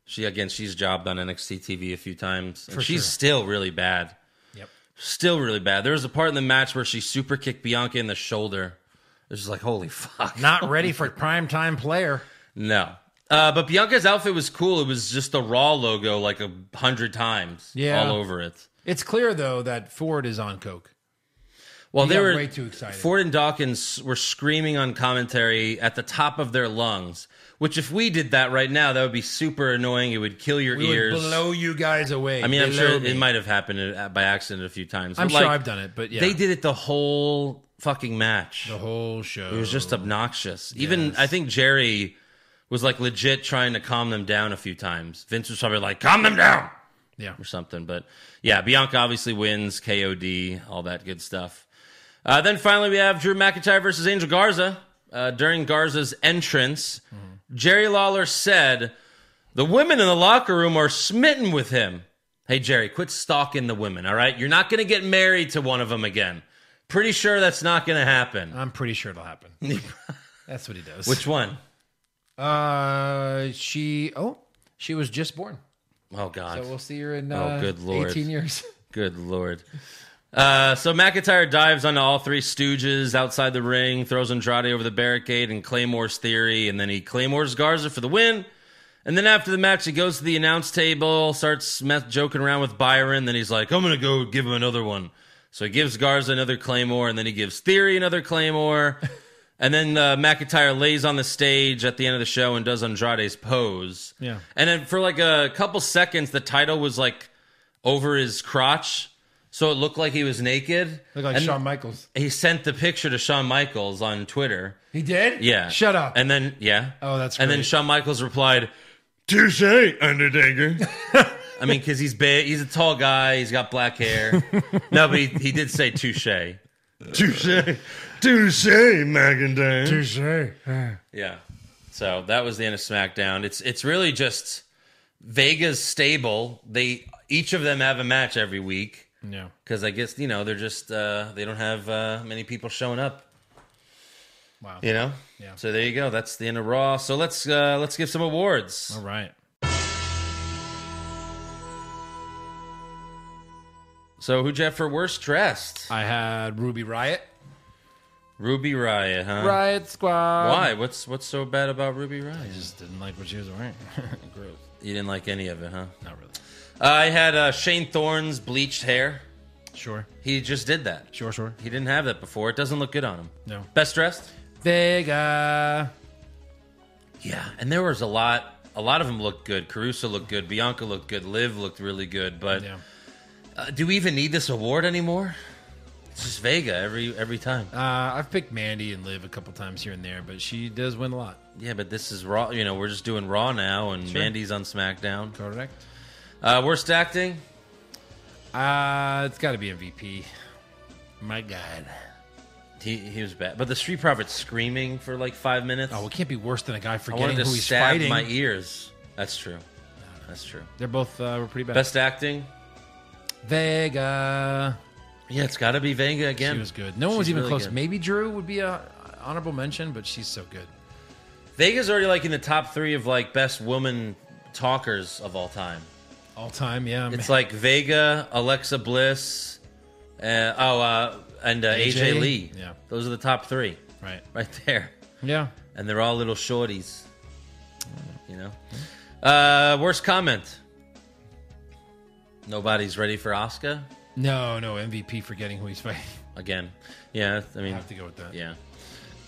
[SPEAKER 3] She again, she's jobbed on NXT TV a few times. And
[SPEAKER 4] For
[SPEAKER 3] she's
[SPEAKER 4] sure.
[SPEAKER 3] still really bad.
[SPEAKER 4] Yep.
[SPEAKER 3] Still really bad. There was a part in the match where she super kicked Bianca in the shoulder. It was just like, holy fuck.
[SPEAKER 4] Not ready for prime time player.
[SPEAKER 3] No. Uh, but Bianca's outfit was cool. It was just the Raw logo like a hundred times
[SPEAKER 4] Yeah.
[SPEAKER 3] all over it.
[SPEAKER 4] It's clear though that Ford is on coke.
[SPEAKER 3] Well,
[SPEAKER 4] He
[SPEAKER 3] they
[SPEAKER 4] got
[SPEAKER 3] were
[SPEAKER 4] way too excited.
[SPEAKER 3] Ford and Dawkins were screaming on commentary at the top of their lungs. Which, if we did that right now, that would be super annoying. It would kill your
[SPEAKER 4] We
[SPEAKER 3] ears.
[SPEAKER 4] would blow you guys away.
[SPEAKER 3] I mean, I'm
[SPEAKER 4] Below
[SPEAKER 3] sure
[SPEAKER 4] me.
[SPEAKER 3] it might have happened uh, by accident a few times.
[SPEAKER 4] I'm
[SPEAKER 3] but,
[SPEAKER 4] sure
[SPEAKER 3] like,
[SPEAKER 4] I've done it, but yeah,
[SPEAKER 3] They did it the whole fucking match.
[SPEAKER 4] the whole show.
[SPEAKER 3] It was just obnoxious. Even I think Jerry was like legit trying to calm them down a few times. Vince was probably like, "Calm them down."
[SPEAKER 4] yeah.
[SPEAKER 3] or something. But yeah, Bianca obviously wins, KOD, all that good stuff. Uh, then finally, we have Drew McIntyre versus Angel Garza. Uh, during Garza's entrance, Jerry Lawler said, The women in the locker room are smitten with him. Hey, Jerry, quit stalking the women, all right? You're not going to get married to one of them again. Pretty sure that's not going to happen.
[SPEAKER 4] I'm pretty sure it'll happen. That's what he does.
[SPEAKER 3] Which one?
[SPEAKER 4] uh, she oh, she was just born,
[SPEAKER 3] Oh, God.
[SPEAKER 4] so we'll see her in
[SPEAKER 3] Oh,
[SPEAKER 4] uh,
[SPEAKER 3] good Lord.
[SPEAKER 4] 18 years.
[SPEAKER 3] Good lord. Uh, so McIntyre dives onto all three Stooges outside the ring, throws Andrade over the barricade, and Claymore's theory, and then he Claymore's Garza for the win. And then after the match, he goes to the announce table, starts me- joking around with Byron. Then he's like, "I'm gonna go give him another one." So he gives Garza another Claymore, and then he gives Theory another Claymore. and then uh, McIntyre lays on the stage at the end of the show and does Andrade's pose.
[SPEAKER 4] Yeah.
[SPEAKER 3] And then for like a couple seconds, the title was like over his crotch, so it looked like he was naked.
[SPEAKER 4] Look like
[SPEAKER 3] and
[SPEAKER 4] Shawn Michaels.
[SPEAKER 3] He sent the picture to Shawn Michaels on Twitter.
[SPEAKER 4] He did.
[SPEAKER 3] Yeah.
[SPEAKER 4] Shut up.
[SPEAKER 3] And then yeah.
[SPEAKER 4] Oh, that's
[SPEAKER 3] And then
[SPEAKER 4] great.
[SPEAKER 3] Shawn Michaels replied, "Touche, Undertaker." I mean, because he's big, he's a tall guy, he's got black hair. no, but he, he did say touche. Touche, touche, McIntyre. Yeah. So that was the end of SmackDown. It's it's really just Vega's stable. They each of them have a match every week
[SPEAKER 4] yeah.
[SPEAKER 3] because I guess you know they're just uh, they don't have uh, many people showing up.
[SPEAKER 4] Wow.
[SPEAKER 3] You know.
[SPEAKER 4] Yeah.
[SPEAKER 3] So there you go. That's the end of Raw. So let's uh, let's give some awards.
[SPEAKER 4] All right.
[SPEAKER 3] So who'd you have for worst dressed?
[SPEAKER 4] I had Ruby Riot.
[SPEAKER 3] Ruby Riot, huh?
[SPEAKER 4] Riot Squad.
[SPEAKER 3] Um, Why? What's what's so bad about Ruby Riot?
[SPEAKER 4] Just didn't like what she was wearing. Gross.
[SPEAKER 3] You didn't like any of it, huh?
[SPEAKER 4] Not really.
[SPEAKER 3] I had uh, Shane Thorne's bleached hair.
[SPEAKER 4] Sure.
[SPEAKER 3] He just did that.
[SPEAKER 4] Sure, sure.
[SPEAKER 3] He didn't have that before. It doesn't look good on him.
[SPEAKER 4] No.
[SPEAKER 3] Best dressed?
[SPEAKER 4] Vega.
[SPEAKER 3] Yeah. And there was a lot. A lot of them looked good. Caruso looked good. Bianca looked good. Liv looked really good. But
[SPEAKER 4] Yeah.
[SPEAKER 3] uh, do we even need this award anymore? It's just Vega every every time.
[SPEAKER 4] Uh, I've picked Mandy and Liv a couple times here and there, but she does win a lot.
[SPEAKER 3] Yeah, but this is Raw. You know, we're just doing Raw now, and Mandy's on SmackDown.
[SPEAKER 4] Correct.
[SPEAKER 3] Uh, worst acting?
[SPEAKER 4] Uh, it's got to be MVP. My God.
[SPEAKER 3] He, he was bad. But the Street Profits screaming for like five minutes.
[SPEAKER 4] Oh, it can't be worse than a guy
[SPEAKER 3] I
[SPEAKER 4] forgetting
[SPEAKER 3] wanted to
[SPEAKER 4] who he's
[SPEAKER 3] stab
[SPEAKER 4] fighting.
[SPEAKER 3] my e- ears. That's true. That's true.
[SPEAKER 4] They're both uh, were pretty bad.
[SPEAKER 3] Best acting?
[SPEAKER 4] Vega.
[SPEAKER 3] Yeah, it's got to be Vega again.
[SPEAKER 4] She was good. No one was
[SPEAKER 3] She's
[SPEAKER 4] even
[SPEAKER 3] really
[SPEAKER 4] close.
[SPEAKER 3] good.
[SPEAKER 4] Maybe Drew would be a honorable mention, but she's so good.
[SPEAKER 3] Vega's already like in the top three of like best woman talkers of all time.
[SPEAKER 4] All time, yeah.
[SPEAKER 3] It's like Vega, Alexa Bliss, uh, oh, uh, and uh, AJ,
[SPEAKER 4] AJ?
[SPEAKER 3] Lee.
[SPEAKER 4] Yeah.
[SPEAKER 3] those are the top three
[SPEAKER 4] right.
[SPEAKER 3] right there,
[SPEAKER 4] Yeah.
[SPEAKER 3] and they're all little shorties. You know. Uh, worst comment. Nobody's ready for Oscar
[SPEAKER 4] No, no MVP forgetting who he's fighting.
[SPEAKER 3] again. Yeah, I
[SPEAKER 4] I
[SPEAKER 3] mean,
[SPEAKER 4] have to go with that.
[SPEAKER 3] yeah.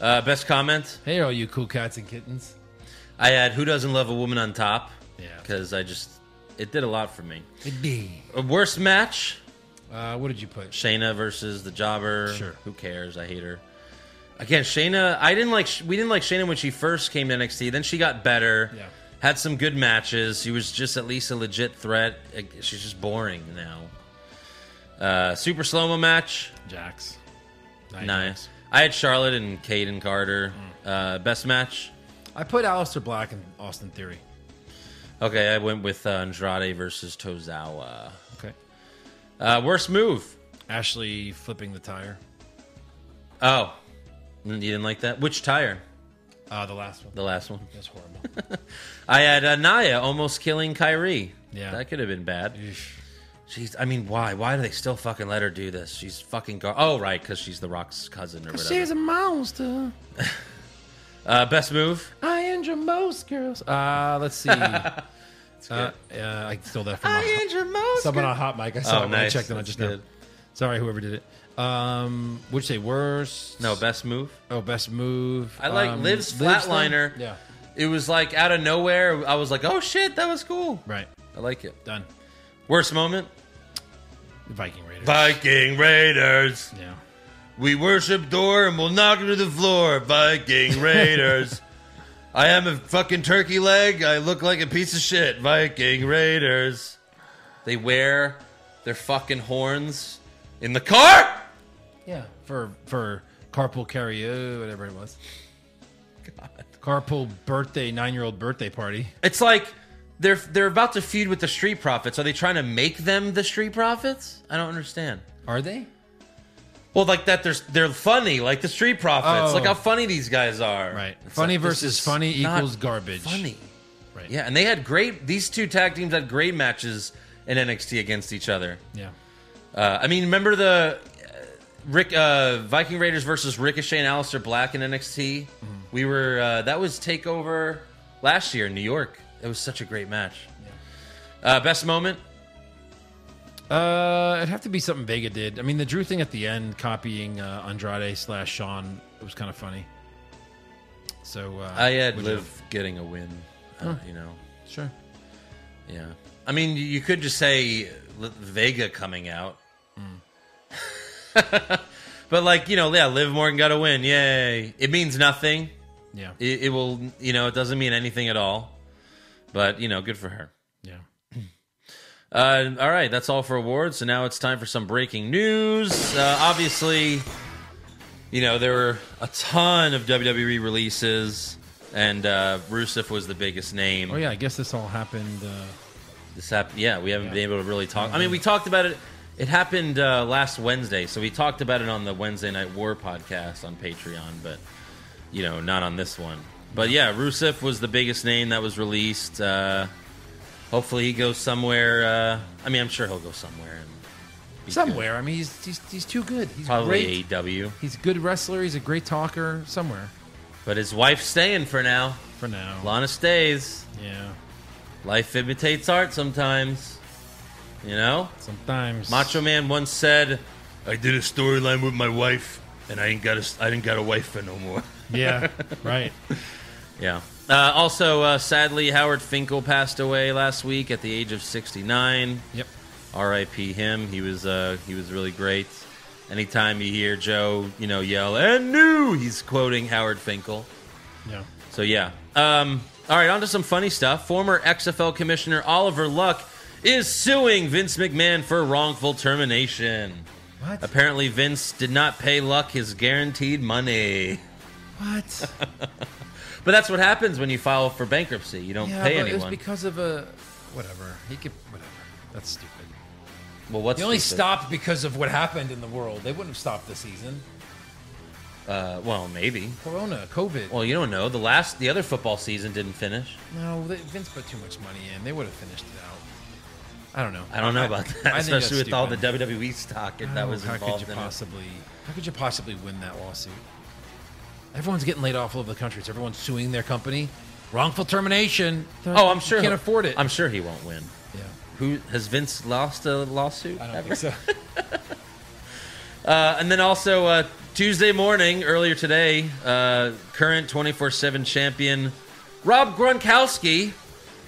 [SPEAKER 3] Uh, best comment.
[SPEAKER 4] Hey, all you cool cats and kittens.
[SPEAKER 3] I had who doesn't love a woman on top
[SPEAKER 4] Yeah.
[SPEAKER 3] because I just it did a lot for me.
[SPEAKER 4] Indeed.
[SPEAKER 3] Uh, worst match.
[SPEAKER 4] Uh, what did you put?
[SPEAKER 3] Shayna versus the Jobber.
[SPEAKER 4] Sure.
[SPEAKER 3] Who cares? I hate her. Again, Shayna. I didn't like. We didn't like Shayna when she first came to NXT. Then she got better.
[SPEAKER 4] Yeah.
[SPEAKER 3] Had some good matches. She was just at least a legit threat. Uh, She's just boring now. Uh, super slow mo match.
[SPEAKER 4] Jax.
[SPEAKER 3] Nice. I had Charlotte and Caden Carter.
[SPEAKER 4] Mm.
[SPEAKER 3] Uh, best match.
[SPEAKER 4] I put Alistair Black and Austin Theory.
[SPEAKER 3] Okay, I went with uh, Andrade versus Tozawa.
[SPEAKER 4] Okay.
[SPEAKER 3] Uh, worst move.
[SPEAKER 4] Ashley flipping the tire.
[SPEAKER 3] Oh, you didn't like that? Which tire?
[SPEAKER 4] Uh, the last one.
[SPEAKER 3] The last one.
[SPEAKER 4] That's horrible.
[SPEAKER 3] I had uh, Naya almost killing Kyrie.
[SPEAKER 4] Yeah.
[SPEAKER 3] that could have been bad.
[SPEAKER 4] Eesh.
[SPEAKER 3] Jeez, I mean, why? Why do they still fucking let her do this? She's fucking gar- oh right, because she's the Rock's cousin or whatever.
[SPEAKER 4] She's a monster.
[SPEAKER 3] uh, best move.
[SPEAKER 4] I injure most girls. Uh, let's see. uh, uh, I stole that from my-
[SPEAKER 3] most.
[SPEAKER 4] someone on Hot Mic. I
[SPEAKER 3] Oh,
[SPEAKER 4] saw it when I checked and I just know. Sorry, whoday did it. Um, would you say worst?
[SPEAKER 3] No best move.
[SPEAKER 4] Oh, best move.
[SPEAKER 3] I like
[SPEAKER 4] um,
[SPEAKER 3] Liv's
[SPEAKER 4] thing?
[SPEAKER 3] flatliner.
[SPEAKER 4] Yeah.
[SPEAKER 3] It was like out of nowhere. I was like, oh shit, that was cool.
[SPEAKER 4] Right.
[SPEAKER 3] I like it.
[SPEAKER 4] Done.
[SPEAKER 3] Worst moment.
[SPEAKER 4] Viking Raiders.
[SPEAKER 3] Viking Raiders.
[SPEAKER 4] yeah.
[SPEAKER 3] We worship Thor and we'll knock him to the floor, Viking Raiders. I am a fucking turkey leg. I look like a piece of shit, Viking Raiders. They wear their fucking horns in the car.
[SPEAKER 4] Yeah. For for carpool karaoke, whatever it was. Carpool birthday, nine year old birthday party.
[SPEAKER 3] It's like they're they're about to feud with the street profits. Are they trying to make them the street profits? I don't understand.
[SPEAKER 4] Are they?
[SPEAKER 3] Well, like that, they're they're funny, like the street profits.
[SPEAKER 4] Oh.
[SPEAKER 3] Like how funny these guys are.
[SPEAKER 4] Right.
[SPEAKER 3] It's
[SPEAKER 4] Funny
[SPEAKER 3] like, this
[SPEAKER 4] versus
[SPEAKER 3] is
[SPEAKER 4] funny
[SPEAKER 3] not
[SPEAKER 4] equals garbage.
[SPEAKER 3] Funny.
[SPEAKER 4] Right.
[SPEAKER 3] Yeah, and they had great. These two tag teams had great matches in NXT against each other.
[SPEAKER 4] Yeah.
[SPEAKER 3] Uh, I mean, remember the uh, Rick uh, Viking Raiders versus Ricochet and Aleister Black in NXT? We were uh, that was Takeover last year in New York. It was such a great match. Uh, best moment.
[SPEAKER 4] Uh, it'd have to be something Vega did. I mean, the Drew thing at the end, copying uh, Andrade slash Sean, it was kind of funny. So uh,
[SPEAKER 3] I had
[SPEAKER 4] would
[SPEAKER 3] Liv getting a win. Uh, you know,
[SPEAKER 4] you- Sure.
[SPEAKER 3] yeah. I mean, you could just say uh, L- Vega coming out. Hmm. but like you know, yeah, Liv Morgan got a win. Yay! It means nothing.
[SPEAKER 4] Yeah.
[SPEAKER 3] it, it will you know it doesn't mean anything at all but you know good for her
[SPEAKER 4] yeah.
[SPEAKER 3] uh, all right that's all for awards so now it's time for some breaking news uh, obviously you know there were a ton of wwe releases and uh, Rusev was the biggest name.
[SPEAKER 4] Oh yeah, I guess this all happened. Uh,
[SPEAKER 3] This happened. Yeah, we haven't been able to really talk. I mean, we talked about it. It happened uh, last Wednesday, so we talked about it on the Wednesday Night War podcast on Patreon, but you know, not on this one. But yeah, Rusev was the biggest name that was released. Uh, hopefully, he goes somewhere. Uh, I mean, I'm sure he'll go somewhere. And be
[SPEAKER 4] somewhere. I mean, he's, he's he's too good. He's
[SPEAKER 3] good. probably E
[SPEAKER 4] great.
[SPEAKER 3] AEW.
[SPEAKER 4] He's a good wrestler. He's a great talker. Somewhere
[SPEAKER 3] But his wife's staying for now.
[SPEAKER 4] for now.
[SPEAKER 3] Lana stays.
[SPEAKER 4] Yeah.
[SPEAKER 3] Life imitates art sometimes. You know?
[SPEAKER 4] Sometimes.
[SPEAKER 3] Macho Man once said, "I did a storyline with my wife, and I ain't got a, I didn't got a wife for no more."
[SPEAKER 4] Yeah. right.
[SPEAKER 3] Yeah. Uh, also, uh, sadly, Howard Finkel passed away last week at the age of 69.
[SPEAKER 4] Yep.
[SPEAKER 3] R.I.P. Him. He was uh, he was really great. Anytime you hear Joe, you know, yell and new, he's quoting Howard Finkel.
[SPEAKER 4] Yeah.
[SPEAKER 3] So yeah. Um, all right, on to some funny stuff. Former XFL commissioner Oliver Luck is suing Vince McMahon for wrongful termination.
[SPEAKER 4] What?
[SPEAKER 3] Apparently, Vince did not pay Luck his guaranteed money.
[SPEAKER 4] What?
[SPEAKER 3] But that's what happens when you file for bankruptcy. You don't
[SPEAKER 4] yeah,
[SPEAKER 3] pay
[SPEAKER 4] but it was
[SPEAKER 3] anyone.
[SPEAKER 4] because of a whatever. He could whatever. That's stupid.
[SPEAKER 3] well, what's
[SPEAKER 4] They only
[SPEAKER 3] stupid?
[SPEAKER 4] stopped because of what happened in the world. They wouldn't have stopped the season.
[SPEAKER 3] Uh, well, maybe.
[SPEAKER 4] Corona, COVID.
[SPEAKER 3] Well, you don't know. The last, the other football season didn't finish.
[SPEAKER 4] no, they, Vince put too much money in. They would have finished it out. I don't know.
[SPEAKER 3] I don't know about that,
[SPEAKER 4] I think that's
[SPEAKER 3] especially with all the
[SPEAKER 4] stupid.
[SPEAKER 3] WWE stock
[SPEAKER 4] I
[SPEAKER 3] that
[SPEAKER 4] don't
[SPEAKER 3] was
[SPEAKER 4] know, how
[SPEAKER 3] involved
[SPEAKER 4] could you
[SPEAKER 3] in it.
[SPEAKER 4] possibly how could you possibly win that lawsuit everyone's getting laid off all over the country so everyone's suing their company wrongful termination They're-
[SPEAKER 3] Oh, I'm sure
[SPEAKER 4] you can't
[SPEAKER 3] he'll-
[SPEAKER 4] afford it
[SPEAKER 3] I'm sure he won't win.
[SPEAKER 4] yeah
[SPEAKER 3] Who has Vince lost a lawsuit?
[SPEAKER 4] i don't
[SPEAKER 3] ever?
[SPEAKER 4] think so
[SPEAKER 3] Uh, and then also uh, Tuesday morning, earlier today, uh, current 24 7 champion Rob Gronkowski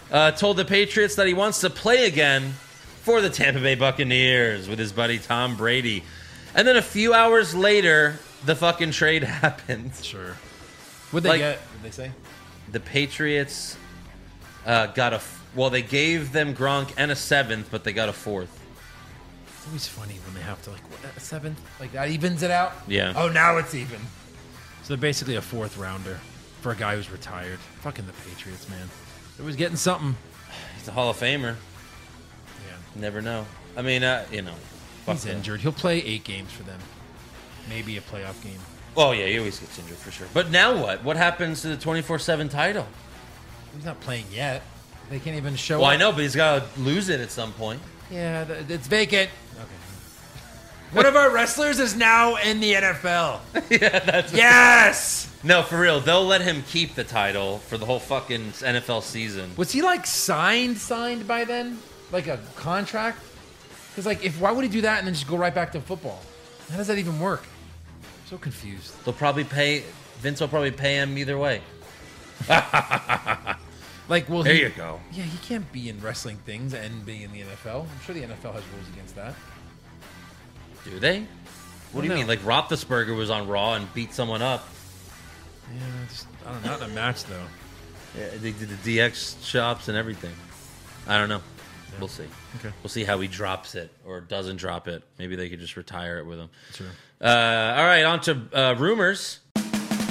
[SPEAKER 3] uh, told the Patriots that he wants to play again for the Tampa Bay Buccaneers with his buddy Tom Brady. And then a few hours later, the fucking trade happened.
[SPEAKER 4] sure would they
[SPEAKER 3] Like-
[SPEAKER 4] get would they say
[SPEAKER 3] The Patriots uh, got a. F- well, they gave them Gronk and a seventh, but they got a fourth.
[SPEAKER 4] it's always funny when they have to like what, a seventh like that evens it out
[SPEAKER 3] Yeah.
[SPEAKER 4] oh now it's even so they're basically a fourth rounder for a guy who's retired fucking the patriots man they was getting something
[SPEAKER 3] He's a Hall of Famer.
[SPEAKER 4] yeah
[SPEAKER 3] Never know. I mean, uh, you know. fuck
[SPEAKER 4] he's
[SPEAKER 3] them.
[SPEAKER 4] injured he'll play eight games for them maybe a playoff game
[SPEAKER 3] Oh yeah, he always gets injured for sure. But now what? What happens to the twenty four seven title?
[SPEAKER 4] He's not playing yet. They can't even show
[SPEAKER 3] Well,
[SPEAKER 4] up.
[SPEAKER 3] I know, but he's got to lose it at some point.
[SPEAKER 4] Yeah, th- it's vacant. Okay. One of our wrestlers is now in the NFL. yes.
[SPEAKER 3] No, for real, they'll let him keep the title for the whole fucking NFL season.
[SPEAKER 4] Was he like signed, signed by then, like a contract? Because like, if why would he do that and then just go right back to football? How does that even work? I'm so confused.
[SPEAKER 3] They'll probably pay Vince. Will probably pay him either way.
[SPEAKER 4] Like, well, he,
[SPEAKER 3] go.
[SPEAKER 4] yeah, he can't be in wrestling things and be in the NFL. I'm sure the NFL has rules against that.
[SPEAKER 3] Do they? What do you
[SPEAKER 4] No.
[SPEAKER 3] mean? Like Roethlisberger was on Raw and beat someone up.
[SPEAKER 4] Yeah, just, I don't know. Not in a match though.
[SPEAKER 3] Yeah, They did the DX chops and everything. I don't know. We'll see.
[SPEAKER 4] Okay.
[SPEAKER 3] We'll see how he drops it or doesn't drop it. Maybe they could just retire it with him.
[SPEAKER 4] Sure.
[SPEAKER 3] Uh, all right, on to uh, rumors.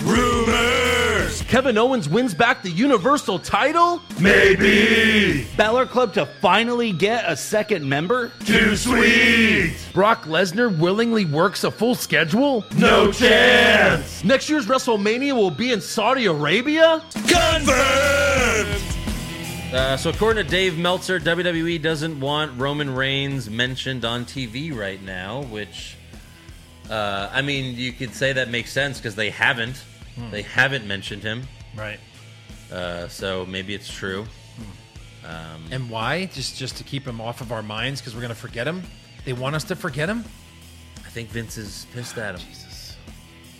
[SPEAKER 3] Rumors! Kevin Owens wins back the Universal title?
[SPEAKER 8] Balor Club to finally get a second member?
[SPEAKER 4] Brock Lesnar willingly works a full schedule?
[SPEAKER 8] No chance!
[SPEAKER 4] Next year's WrestleMania will be in Saudi Arabia?
[SPEAKER 3] Uh, so, according to Dave Meltzer, WWE doesn't want Roman Reigns mentioned on TV right now, which, uh, I mean, you could say that makes sense because they haven't. They haven't mentioned him.
[SPEAKER 4] Right.
[SPEAKER 3] Uh, so, maybe it's true.
[SPEAKER 4] And why? Just just to keep him off of our minds because we're going to forget him? They want us to forget him?
[SPEAKER 3] I think Vince is pissed at him.
[SPEAKER 4] Jesus.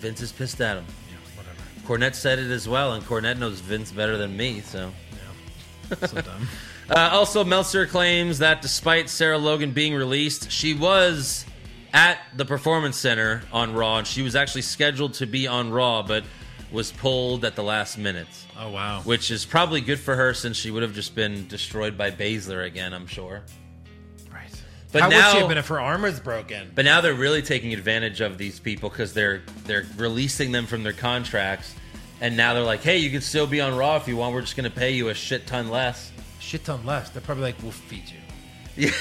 [SPEAKER 3] Vince is pissed at him.
[SPEAKER 4] Yeah, whatever.
[SPEAKER 3] Cornette said it as well, and Cornette knows Vince better than me, so.
[SPEAKER 4] Yeah. So dumb.
[SPEAKER 3] Uh, also, Meltzer claims that despite Sarah Logan being released, she was at the Performance Center on Raw, and she was actually scheduled to be on Raw, but was pulled at the last minute,
[SPEAKER 4] Oh, wow.
[SPEAKER 3] which is probably good for her since she would have just been destroyed by Baszler again, I'm sure.
[SPEAKER 4] Right.
[SPEAKER 3] But
[SPEAKER 4] How would
[SPEAKER 3] now-
[SPEAKER 4] she have been if her arm was broken?
[SPEAKER 3] But now they're really taking advantage of these people because they're they're releasing them from their contracts, and now they're like, "Hey, you can still be on Raw if you want. We're just going to pay you a shit ton less."
[SPEAKER 4] Shit ton less. They're probably like, we'll feed you.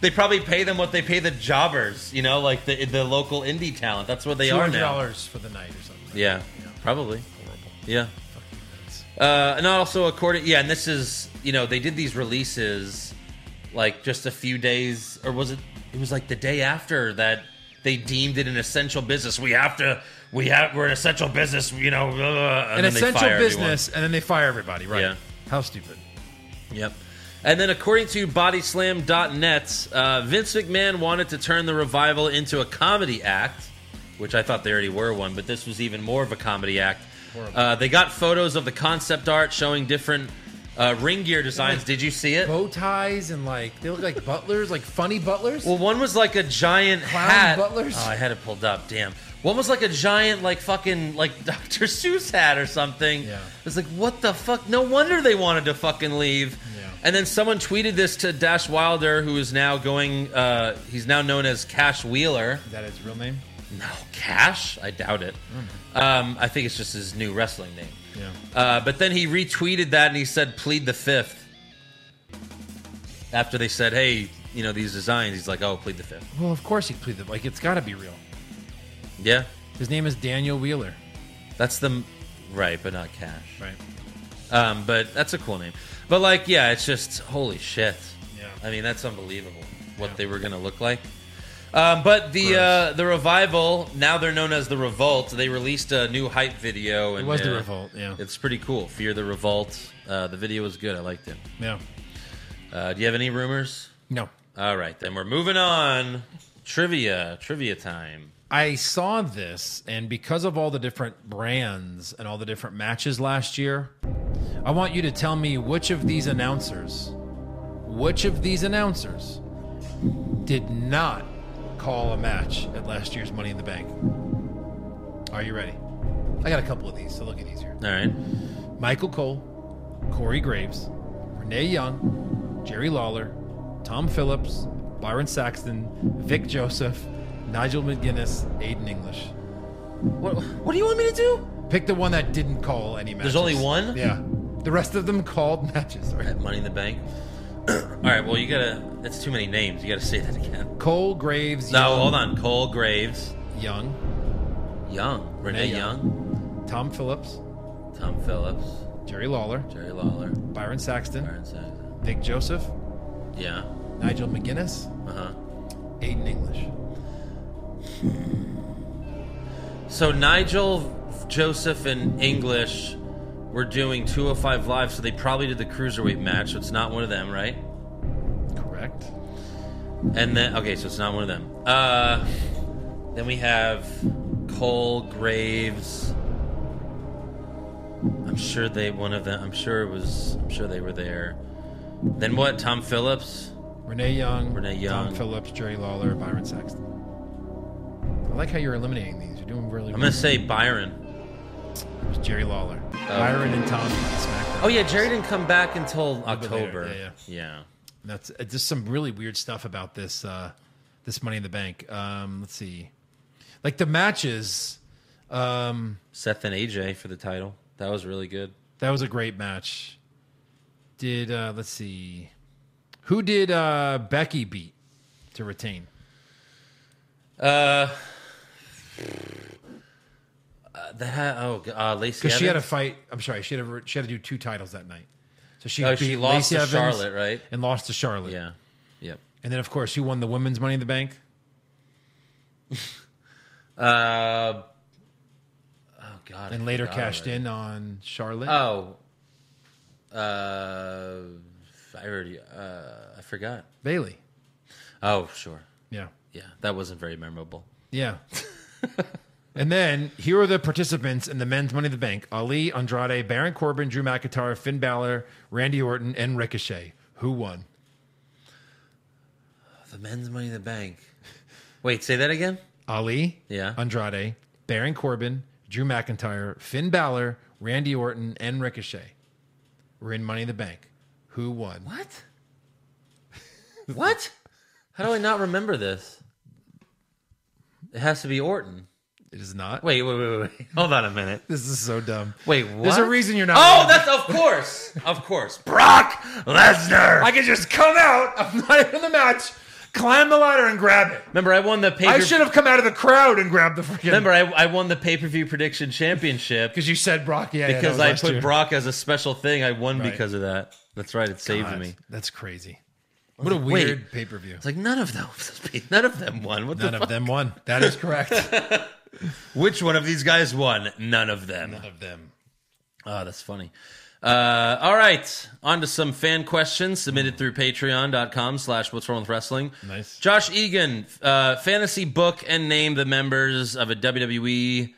[SPEAKER 3] They probably pay them what they pay the jobbers, you know, like the the local indie talent. That's what they are now.
[SPEAKER 4] $200 for the night or something.
[SPEAKER 3] Yeah, probably.
[SPEAKER 4] Horrible.
[SPEAKER 3] Yeah.
[SPEAKER 4] Fucking nuts.
[SPEAKER 3] Uh, and also according, yeah, and this is you know they did these releases like just a few days, or was it? It was like the day after that they deemed it an essential business. We have to. We have. We're an essential business. You know, blah, blah, blah, and
[SPEAKER 4] An
[SPEAKER 3] then they
[SPEAKER 4] essential
[SPEAKER 3] fire everyone.
[SPEAKER 4] business, and then they fire everybody, right?
[SPEAKER 3] Yeah.
[SPEAKER 4] How stupid.
[SPEAKER 3] Yep. And then, according to Bodyslam.net, uh, Vince McMahon wanted to turn the revival into a comedy act, which I thought they already were one, but this was even more of a comedy act. Uh, they got photos of the concept art showing different uh, ring gear designs. Did you see it?
[SPEAKER 4] Bow ties and like they look like butlers, like funny butlers.
[SPEAKER 3] Well, one was like a giant
[SPEAKER 4] Clown
[SPEAKER 3] hat.
[SPEAKER 4] butlers?
[SPEAKER 3] Oh, I had it pulled up. Damn. One was like a giant, like fucking, like Dr. Seuss hat or something.
[SPEAKER 4] Yeah.
[SPEAKER 3] It's like, what the fuck? No wonder they wanted to fucking leave.
[SPEAKER 4] Yeah.
[SPEAKER 3] And then someone tweeted this to Dash Wilder, who is now going. Uh, he's now known as Cash Wheeler.
[SPEAKER 4] Is that his real name?
[SPEAKER 3] No, Cash? I doubt it. Um, I think it's just his new wrestling name.
[SPEAKER 4] Hmm. Yeah.
[SPEAKER 3] Uh, but then he retweeted that and he said, plead the fifth. After they said, hey, you know, these designs, he's like, oh, plead the fifth.
[SPEAKER 4] Well, of course he pleaded. Like it's got to be real.
[SPEAKER 3] Yeah.
[SPEAKER 4] His name is Daniel Wheeler.
[SPEAKER 3] That's the. Right, but not Cash.
[SPEAKER 4] Right.
[SPEAKER 3] Um, but that's a cool name. But, like, yeah, it's just, holy shit.
[SPEAKER 4] Yeah.
[SPEAKER 3] I mean, that's unbelievable what
[SPEAKER 4] Yeah.
[SPEAKER 3] they were going to look like. Um, but the
[SPEAKER 4] Gross.
[SPEAKER 3] uh, the revival now they're known as the Revolt. They released a new hype video. And,
[SPEAKER 4] It was the
[SPEAKER 3] uh,
[SPEAKER 4] revolt. Yeah.
[SPEAKER 3] It's pretty cool. Fear the Revolt. Uh, the video was good. I liked it.
[SPEAKER 4] Yeah.
[SPEAKER 3] Uh, do you have any rumors?
[SPEAKER 4] No.
[SPEAKER 3] All right, then we're moving on. Trivia, trivia time.
[SPEAKER 4] I saw this, and because of all the different brands and all the different matches last year, I want you to tell me which of these announcers, which of these announcers did not call a match at last year's Money in the Bank. Are you ready? I got a couple of these, so look at these here.
[SPEAKER 3] All right.
[SPEAKER 4] Michael Cole, Corey Graves, Renee Young, Jerry Lawler, Tom Phillips, Byron Saxton, Vic Joseph, Nigel McGuinness, Aiden English.
[SPEAKER 3] What, what do you want me to do?
[SPEAKER 4] Pick the one that didn't call any matches.
[SPEAKER 3] There's only one?
[SPEAKER 4] Yeah. The rest of them called matches. Sorry.
[SPEAKER 3] At Money in the Bank. All right, well, you gotta, that's too many names. You gotta say that again.
[SPEAKER 4] Cole Graves,
[SPEAKER 3] No,
[SPEAKER 4] Young,
[SPEAKER 3] hold on. Cole Graves,
[SPEAKER 4] Young,
[SPEAKER 3] Young, Renee
[SPEAKER 4] Renee
[SPEAKER 3] Young,
[SPEAKER 4] Tom Phillips,
[SPEAKER 3] Tom Phillips,
[SPEAKER 4] Jerry Lawler,
[SPEAKER 3] Jerry Lawler,
[SPEAKER 4] Byron Saxton,
[SPEAKER 3] Byron Saxton.
[SPEAKER 4] Vic Joseph,
[SPEAKER 3] Yeah.
[SPEAKER 4] Nigel McGuinness,
[SPEAKER 3] Uh huh.
[SPEAKER 4] Aiden English.
[SPEAKER 3] So Nigel, Joseph, and English were doing 205 Live, so they probably did the cruiserweight match, so it's not one of them, right?
[SPEAKER 4] Correct.
[SPEAKER 3] And then okay, so it's not one of them. Uh then we have Cole Graves. I'm sure they one of them I'm sure it was I'm sure they were there. Then what? Tom Phillips?
[SPEAKER 4] Renee Young,
[SPEAKER 3] Renee Young.
[SPEAKER 4] Tom Phillips, Jerry Lawler, Byron Saxton. I like how you're eliminating these. You're doing really.
[SPEAKER 3] I'm gonna say Byron.
[SPEAKER 4] well. It was Jerry Lawler, Byron, and Tom on SmackDown.
[SPEAKER 3] Oh yeah, Jerry didn't come back until
[SPEAKER 4] bit later,
[SPEAKER 3] October.
[SPEAKER 4] yeah,
[SPEAKER 3] yeah.
[SPEAKER 4] That's uh, just some really weird stuff about this. Uh, this Money in the Bank. Um, let's see, like the matches. Um,
[SPEAKER 3] Seth and AJ for the title. That was really good.
[SPEAKER 4] that was a great match. Did uh, let's see, who did uh, Becky beat to retain?
[SPEAKER 3] Uh uh, that ha- oh g- uh, Lacey
[SPEAKER 4] Because she had a
[SPEAKER 3] Evans?
[SPEAKER 4] fight. I'm sorry, she had a, she had to do two titles that night. So she,
[SPEAKER 3] Oh,
[SPEAKER 4] beat
[SPEAKER 3] she lost
[SPEAKER 4] Lacey
[SPEAKER 3] to
[SPEAKER 4] Evans
[SPEAKER 3] Charlotte, right?
[SPEAKER 4] And lost to Charlotte.
[SPEAKER 3] yeah yep
[SPEAKER 4] And then of course she won the women's Money in the Bank.
[SPEAKER 3] Uh, oh God!
[SPEAKER 4] And later cashed in on Charlotte.
[SPEAKER 3] Oh, uh, I already uh, I forgot.
[SPEAKER 4] Bailey.
[SPEAKER 3] Oh, sure.
[SPEAKER 4] Yeah.
[SPEAKER 3] Yeah, that wasn't very memorable.
[SPEAKER 4] Yeah. and then here are the participants in the men's Money in the Bank: Ali, Andrade, Baron Corbin, Drew McIntyre, Finn Balor, Randy Orton, and Ricochet. Who won?
[SPEAKER 3] The men's Money in the Bank. Wait, say that again.
[SPEAKER 4] Ali.
[SPEAKER 3] Yeah.
[SPEAKER 4] Andrade, Baron Corbin, Drew McIntyre, Finn Balor, Randy Orton, and Ricochet. We're in Money in the Bank. Who won?
[SPEAKER 3] What? what? How do I not remember this? It has to be Orton.
[SPEAKER 4] It is not.
[SPEAKER 3] Wait, wait, wait, wait, wait. Hold on a minute.
[SPEAKER 4] This is so dumb.
[SPEAKER 3] Wait, what?
[SPEAKER 4] There's a reason you're not.
[SPEAKER 3] Oh, that's of course, of course. Brock Lesnar.
[SPEAKER 4] I could just come out. I'm not even in the match. Climb the ladder and grab it.
[SPEAKER 3] Remember, I won the pay.
[SPEAKER 4] I should have come out of the crowd and grabbed the freaking.
[SPEAKER 3] Remember, I, I won the pay per view prediction championship
[SPEAKER 4] because you said Brock. Yeah, yeah, that
[SPEAKER 3] because
[SPEAKER 4] was
[SPEAKER 3] I
[SPEAKER 4] last
[SPEAKER 3] put
[SPEAKER 4] year.
[SPEAKER 3] Brock as a special thing. I won
[SPEAKER 4] Right.
[SPEAKER 3] because of that. That's right. It saved
[SPEAKER 4] God,
[SPEAKER 3] me.
[SPEAKER 4] That's crazy. What a
[SPEAKER 3] Wait.
[SPEAKER 4] weird pay per view.
[SPEAKER 3] It's like none of those. None of them won. What
[SPEAKER 4] None
[SPEAKER 3] the
[SPEAKER 4] of them won. That is correct.
[SPEAKER 3] Which one of these guys won? None of them.
[SPEAKER 4] None of them.
[SPEAKER 3] Oh, that's funny. Uh, all right, on to some fan questions submitted through patreon.com slash what's wrong with wrestling.
[SPEAKER 4] Nice.
[SPEAKER 3] Josh Egan, uh, fantasy book and name the members of a WWE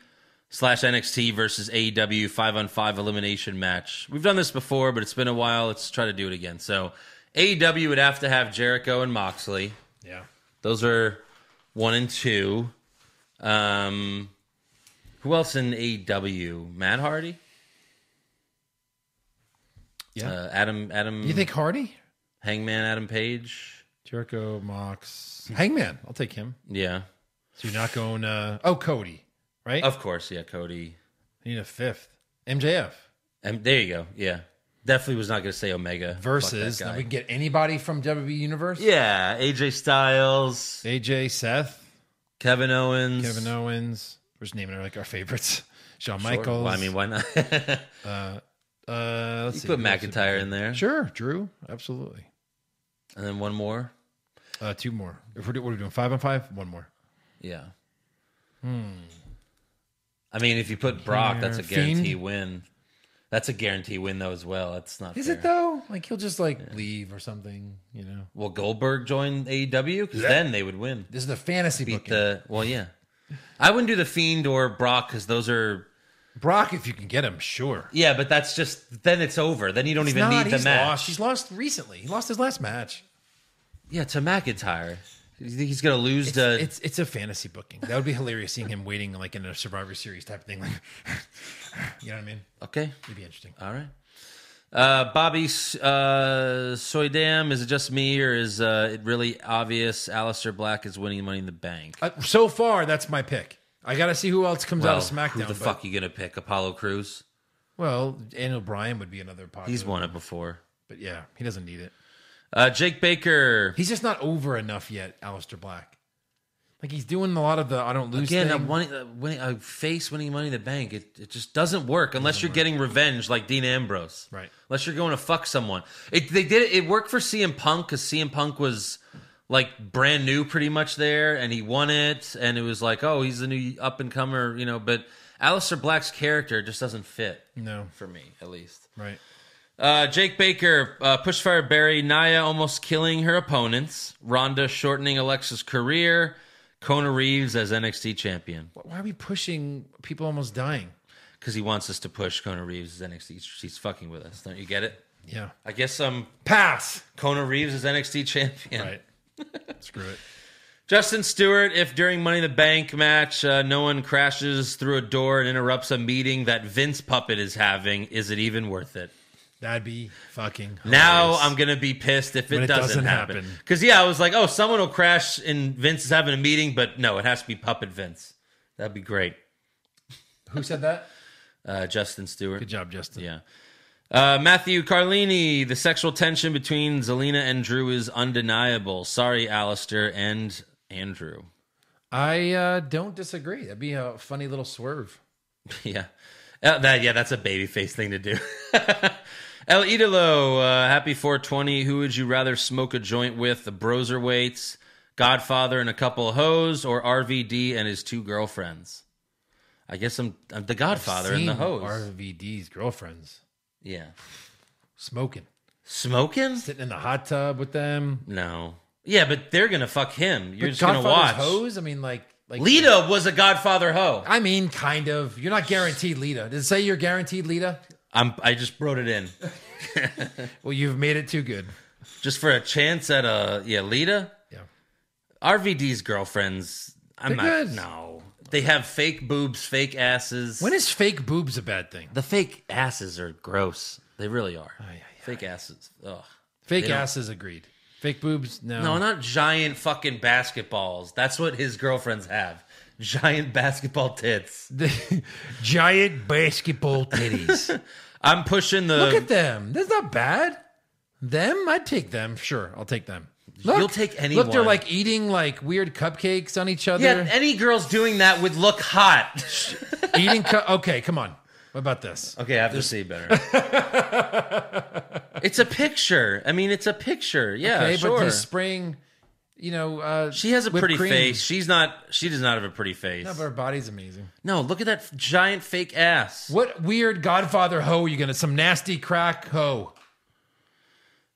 [SPEAKER 3] slash NXT versus AEW five on five elimination match. We've done this before, but it's been a while. Let's try to do it again. So AEW would have to have Jericho and Moxley.
[SPEAKER 4] Yeah.
[SPEAKER 3] Those are one and two. Um, who else in AEW? Matt Hardy.
[SPEAKER 4] Yeah.
[SPEAKER 3] Uh, Adam. Adam.
[SPEAKER 4] You think Hardy?
[SPEAKER 3] Hangman Adam Page?
[SPEAKER 4] Jericho, Mox,
[SPEAKER 3] Hmm.
[SPEAKER 4] Hangman. I'll take him.
[SPEAKER 3] Yeah.
[SPEAKER 4] So you're not going. Uh, oh, Cody, right?
[SPEAKER 3] Of course. Yeah. Cody.
[SPEAKER 4] I need a fifth. MJF
[SPEAKER 3] And there you go. Yeah. Definitely was not going to say Omega Fuck
[SPEAKER 4] versus.
[SPEAKER 3] that guy.
[SPEAKER 4] Now we can get anybody from WWE Universe.
[SPEAKER 3] yeah. AJ Styles,
[SPEAKER 4] AJ, Seth,
[SPEAKER 3] Kevin Owens,
[SPEAKER 4] Kevin Owens. We're just naming our, like our favorites. Shawn
[SPEAKER 3] Sure.
[SPEAKER 4] Michaels.
[SPEAKER 3] Well, I mean, why not? you
[SPEAKER 4] uh, let's see.
[SPEAKER 3] put
[SPEAKER 4] who else?
[SPEAKER 3] McIntyre in there,
[SPEAKER 4] Sure, Drew. Absolutely.
[SPEAKER 3] and then one more.
[SPEAKER 4] Uh, two more. If we're, do- what are we doing? Five on five. One more.
[SPEAKER 3] Yeah. Hmm. I mean, if you put Brock, that's a
[SPEAKER 4] Fiend.
[SPEAKER 3] guarantee win. That's a guarantee win though as well. That's not.
[SPEAKER 4] Is
[SPEAKER 3] fair.
[SPEAKER 4] it though? Like he'll just like leave or something. You know.
[SPEAKER 3] Will Goldberg join AEW? Because then they would win.
[SPEAKER 4] This is the fantasy
[SPEAKER 3] Beat
[SPEAKER 4] book.
[SPEAKER 3] the well, yeah. I wouldn't do the Fiend or Brock because those are
[SPEAKER 4] Brock, if you can get him, sure.
[SPEAKER 3] yeah, but that's just then it's over. Then you don't
[SPEAKER 4] He's
[SPEAKER 3] even
[SPEAKER 4] not.
[SPEAKER 3] need the
[SPEAKER 4] He's
[SPEAKER 3] match.
[SPEAKER 4] Lost. He's lost recently. He lost his last match.
[SPEAKER 3] Yeah, to McIntyre. You think he's gonna lose
[SPEAKER 4] It's,
[SPEAKER 3] to?
[SPEAKER 4] it's it's a fantasy booking. That would be hilarious seeing him waiting like in a Survivor Series type of thing. Like, you know what I mean?
[SPEAKER 3] okay,
[SPEAKER 4] It'd be interesting.
[SPEAKER 3] all right. Uh, Bobby uh, Soydam, is it just me or is uh, it really obvious? Alistair Black is winning Money in the Bank.
[SPEAKER 4] Uh, so far, that's my pick. I gotta see who else comes
[SPEAKER 3] Well,
[SPEAKER 4] out of SmackDown.
[SPEAKER 3] Who the
[SPEAKER 4] but-
[SPEAKER 3] fuck you gonna pick? Apollo Cruz?
[SPEAKER 4] Well, Daniel Bryan would be another popular.
[SPEAKER 3] He's won it before.
[SPEAKER 4] but yeah, he doesn't need it.
[SPEAKER 3] Uh, Jake Baker.
[SPEAKER 4] He's just not over enough yet, Aleister Black. Like he's doing a lot of the I don't lose
[SPEAKER 3] Again,
[SPEAKER 4] thing.
[SPEAKER 3] a, money, uh winning, a face winning Money in the Bank, it, it just doesn't work unless you're getting revenge like Dean Ambrose.
[SPEAKER 4] Right.
[SPEAKER 3] Unless you're going to fuck someone. It, they did it worked for CM Punk because CM Punk was like brand new pretty much there and he won it and it was like, oh, he's the new up and comer, you know, but Alistair Black's character just doesn't fit
[SPEAKER 4] no,
[SPEAKER 3] for me at least.
[SPEAKER 4] right?
[SPEAKER 3] Uh, Jake Baker, uh, Pushfire Barry, Naya almost killing her opponents, Ronda shortening Alexa's career, Kona Reeves as NXT champion
[SPEAKER 4] Why are we pushing people almost dying?
[SPEAKER 3] because he wants us to push Kona Reeves as NXT. She's fucking with us. Don't you get it?
[SPEAKER 4] Yeah,
[SPEAKER 3] I guess um,
[SPEAKER 4] pass.
[SPEAKER 3] Kona Reeves is NXT champion.
[SPEAKER 4] Right. Screw it.
[SPEAKER 3] Justin Stewart, if during Money in the Bank match uh, no one crashes through a door and interrupts a meeting that Vince Puppet is having, is it even worth it?
[SPEAKER 4] That'd be fucking.
[SPEAKER 3] Now
[SPEAKER 4] hilarious.
[SPEAKER 3] I'm gonna be pissed if it,
[SPEAKER 4] When it
[SPEAKER 3] doesn't,
[SPEAKER 4] doesn't
[SPEAKER 3] happen.
[SPEAKER 4] happen.
[SPEAKER 3] Because yeah, I was like, oh, someone will crash and Vince is having a meeting, but no, it has to be Puppet Vince. That'd be great.
[SPEAKER 4] Who said that?
[SPEAKER 3] Uh, Justin Stewart.
[SPEAKER 4] Good job, Justin.
[SPEAKER 3] Yeah. Uh, Matthew Carlini, the sexual tension between Zelina and Drew is undeniable. Sorry, Alistair and Andrew.
[SPEAKER 4] I uh, don't disagree. That'd be a funny little swerve.
[SPEAKER 3] yeah. Uh, that yeah, that's a babyface thing to do. El Idolo, uh, happy 420. Who would you rather smoke a joint with? The Broser Weights, Godfather and a couple of hoes, or RVD and his two girlfriends? I guess I'm, I'm the Godfather and the
[SPEAKER 4] Seen
[SPEAKER 3] hoes.
[SPEAKER 4] RVD's girlfriends
[SPEAKER 3] yeah.
[SPEAKER 4] smoking,
[SPEAKER 3] Smoking?
[SPEAKER 4] sitting in the hot tub with them.
[SPEAKER 3] No. Yeah, but they're gonna fuck him. You're
[SPEAKER 4] But
[SPEAKER 3] just gonna watch.
[SPEAKER 4] Godfather's Hoes. I mean, like, like
[SPEAKER 3] Lita was a Godfather hoe.
[SPEAKER 4] I mean, kind of. You're not guaranteed Lita. Did it say you're guaranteed Lita?
[SPEAKER 3] I'm, I just wrote it in
[SPEAKER 4] Well, you've made it too good.
[SPEAKER 3] just for a chance at a yeah Lita.
[SPEAKER 4] Yeah.
[SPEAKER 3] RVD's girlfriends. I'm not.
[SPEAKER 4] They're good.
[SPEAKER 3] No, they have fake boobs, fake asses.
[SPEAKER 4] When is fake boobs a bad thing?
[SPEAKER 3] the fake asses are gross. They really are.
[SPEAKER 4] Oh,
[SPEAKER 3] Fake asses. Ugh.
[SPEAKER 4] Fake
[SPEAKER 3] They don't-
[SPEAKER 4] asses agreed. Fake boobs, no.
[SPEAKER 3] No, not giant fucking basketballs. That's what his girlfriends have. Giant basketball tits.
[SPEAKER 4] Giant basketball titties.
[SPEAKER 3] I'm pushing the.
[SPEAKER 4] Look at them. That's not bad. Them? I'd take them. Sure, I'll take them. Look,
[SPEAKER 3] You'll take
[SPEAKER 4] Look, they're
[SPEAKER 3] anyone.
[SPEAKER 4] like eating like weird cupcakes on each other.
[SPEAKER 3] yeah, any girls doing that would look hot.
[SPEAKER 4] eating. Cu- okay, come on. What about this?
[SPEAKER 3] Okay, I have to see better. it's a picture. I mean, it's a picture. Yeah,
[SPEAKER 4] okay,
[SPEAKER 3] Uh, sure.
[SPEAKER 4] but this spring, you know, uh,
[SPEAKER 3] She has a
[SPEAKER 4] whipped
[SPEAKER 3] pretty
[SPEAKER 4] cream.
[SPEAKER 3] face. She's not. She does not have a pretty face.
[SPEAKER 4] No, but her body's amazing.
[SPEAKER 3] No, look at that f- giant fake ass.
[SPEAKER 4] What weird Godfather hoe are you gonna? Some nasty crack hoe.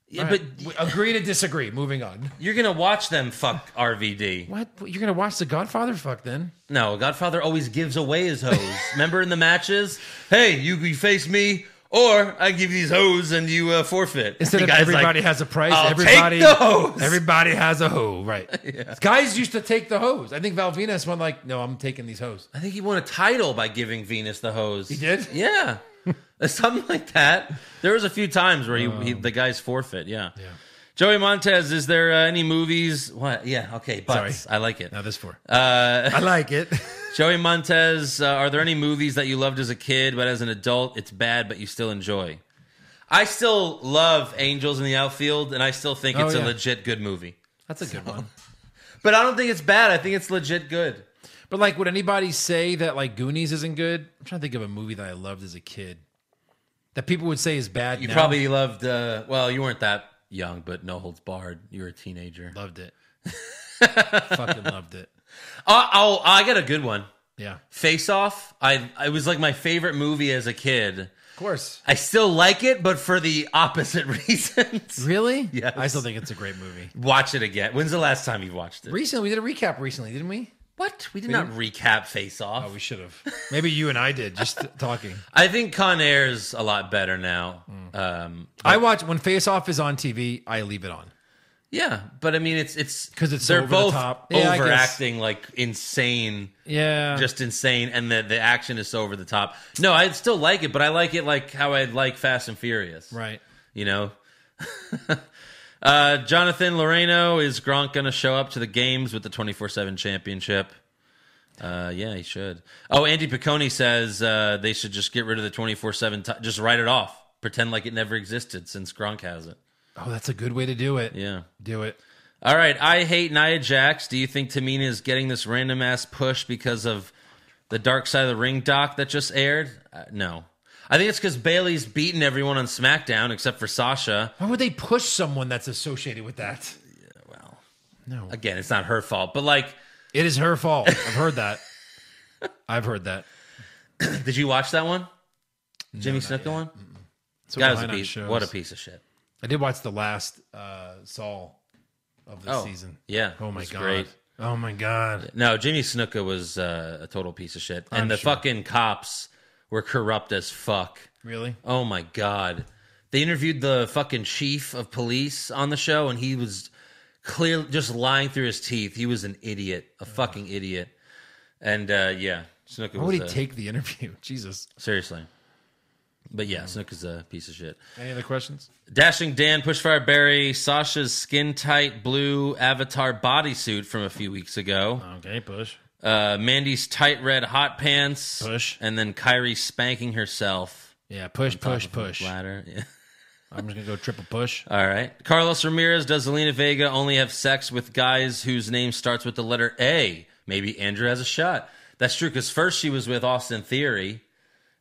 [SPEAKER 3] Yeah,
[SPEAKER 4] All
[SPEAKER 3] but
[SPEAKER 4] right, w- agree to disagree. Moving on.
[SPEAKER 3] you're gonna watch them fuck RVD.
[SPEAKER 4] What you're gonna watch the Godfather? Fuck then.
[SPEAKER 3] No, Godfather always gives away his hoes. Remember in the matches? Hey, you, you face me, or I give you these hoes and you uh, forfeit.
[SPEAKER 4] Instead
[SPEAKER 3] The
[SPEAKER 4] of
[SPEAKER 3] guy's
[SPEAKER 4] everybody
[SPEAKER 3] like,
[SPEAKER 4] has a price,
[SPEAKER 3] "I'll take
[SPEAKER 4] everybody
[SPEAKER 3] the hose."
[SPEAKER 4] everybody has a hoe, right? Guys used to take the hose. I think Val Venus went like, "No, I'm taking these hoes."
[SPEAKER 3] I think he won a title by giving Venus the hose. He
[SPEAKER 4] did?
[SPEAKER 3] Yeah. Something like that. There was a few times where he, he
[SPEAKER 4] Um,
[SPEAKER 3] the guys forfeit. Yeah. Joey Montez, is there uh, any movies? What? Yeah. Okay. Butts.
[SPEAKER 4] Sorry.
[SPEAKER 3] I like it.
[SPEAKER 4] Now this for
[SPEAKER 3] Uh,
[SPEAKER 4] I like it.
[SPEAKER 3] Joey Montez, uh, are there any movies that you loved as a kid, but as an adult, it's bad, but you still enjoy? I still love Angels in the Outfield, and I still think
[SPEAKER 4] Oh,
[SPEAKER 3] it's a
[SPEAKER 4] yeah.
[SPEAKER 3] legit good movie.
[SPEAKER 4] That's a good one.
[SPEAKER 3] But I don't think it's bad. I think it's legit good.
[SPEAKER 4] But like, would anybody say that like Goonies isn't good? I'm trying to think of a movie that I loved as a kid that people would say is bad.
[SPEAKER 3] You
[SPEAKER 4] now.
[SPEAKER 3] probably loved, uh, well, you weren't that young, but No Holds Barred. You were a teenager.
[SPEAKER 4] loved it. Fucking loved it.
[SPEAKER 3] Oh, oh, I got a good one.
[SPEAKER 4] Yeah,
[SPEAKER 3] Face Off. I it was like my favorite movie as a kid.
[SPEAKER 4] of course.
[SPEAKER 3] I still like it, but for the opposite reasons.
[SPEAKER 4] Really?
[SPEAKER 3] Yes.
[SPEAKER 4] I still think it's a great movie.
[SPEAKER 3] Watch it again. When's the last time you watched it?
[SPEAKER 4] Recently, we did a recap. Recently, didn't we?
[SPEAKER 3] What? We did not recap Face Off.
[SPEAKER 4] Oh, we should have. Maybe you and I did. Just talking.
[SPEAKER 3] I think Con Air's a lot better now.
[SPEAKER 4] Mm.
[SPEAKER 3] Um,
[SPEAKER 4] I watch when Face Off is on TV. I leave it on.
[SPEAKER 3] yeah, but I mean, it's it's
[SPEAKER 4] 'Cause it's
[SPEAKER 3] they're
[SPEAKER 4] over the
[SPEAKER 3] both
[SPEAKER 4] top. Yeah, I guess. Uh.
[SPEAKER 3] overacting like insane,
[SPEAKER 4] Yeah.
[SPEAKER 3] just insane, and the the action is so over the top. No, I still like it, but I like it like how I like Fast and Furious.
[SPEAKER 4] right.
[SPEAKER 3] You know. uh, Jonathan Loreno is Gronk going to show up to the games with the twenty four seven championship? Uh, yeah, he should. Oh, Andy Piccone says uh, they should just get rid of the twenty four seven. Just write it off. Pretend like it never existed since Gronk has it.
[SPEAKER 4] Oh, that's a good way to do it.
[SPEAKER 3] Yeah.
[SPEAKER 4] Do it.
[SPEAKER 3] All right. I hate Nia Jax. Do you think Tamina is getting this random ass push because of the Dark Side of the Ring doc that just aired? Uh, no. I think it's because Bailey's beaten everyone on SmackDown except for Sasha.
[SPEAKER 4] Why would they push someone that's associated with that?
[SPEAKER 3] Again, it's not her fault, but like,
[SPEAKER 4] It is her fault. I've heard that. I've heard that.
[SPEAKER 3] did you watch that one? Jimmy Snuka one?
[SPEAKER 4] So
[SPEAKER 3] That was a piece. What a piece of shit.
[SPEAKER 4] I did watch the last uh, Saul of the
[SPEAKER 3] Oh,
[SPEAKER 4] season.
[SPEAKER 3] yeah,
[SPEAKER 4] Oh
[SPEAKER 3] it
[SPEAKER 4] my
[SPEAKER 3] was
[SPEAKER 4] god.
[SPEAKER 3] great.
[SPEAKER 4] Oh my god.
[SPEAKER 3] No, Jimmy Snuka was uh, a total piece of shit, and
[SPEAKER 4] I'm
[SPEAKER 3] the
[SPEAKER 4] sure.
[SPEAKER 3] fucking cops were corrupt as fuck.
[SPEAKER 4] Really?
[SPEAKER 3] Oh my god. They interviewed the fucking chief of police on the show and he was clear just lying through his teeth. He was an idiot, a fucking idiot. And uh yeah, Snook
[SPEAKER 4] Why would
[SPEAKER 3] was
[SPEAKER 4] he
[SPEAKER 3] a,
[SPEAKER 4] take the interview? Jesus.
[SPEAKER 3] seriously. But yeah,
[SPEAKER 4] Mm.
[SPEAKER 3] Snook is a piece of shit.
[SPEAKER 4] Any other questions?
[SPEAKER 3] Dashing Dan, Pushfire Barry, Sasha's skin tight blue avatar bodysuit from a few weeks ago,
[SPEAKER 4] Okay, push.
[SPEAKER 3] uh, Mandy's tight red hot pants,
[SPEAKER 4] Push.
[SPEAKER 3] and then Kyrie spanking herself.
[SPEAKER 4] Yeah, push, push, push.
[SPEAKER 3] Ladder. Yeah.
[SPEAKER 4] I'm just gonna go triple push.
[SPEAKER 3] All right. Carlos Ramirez, does Zelina Vega only have sex with guys whose name starts with the letter A? Maybe Andrew has a shot. That's true because first she was with Austin Theory.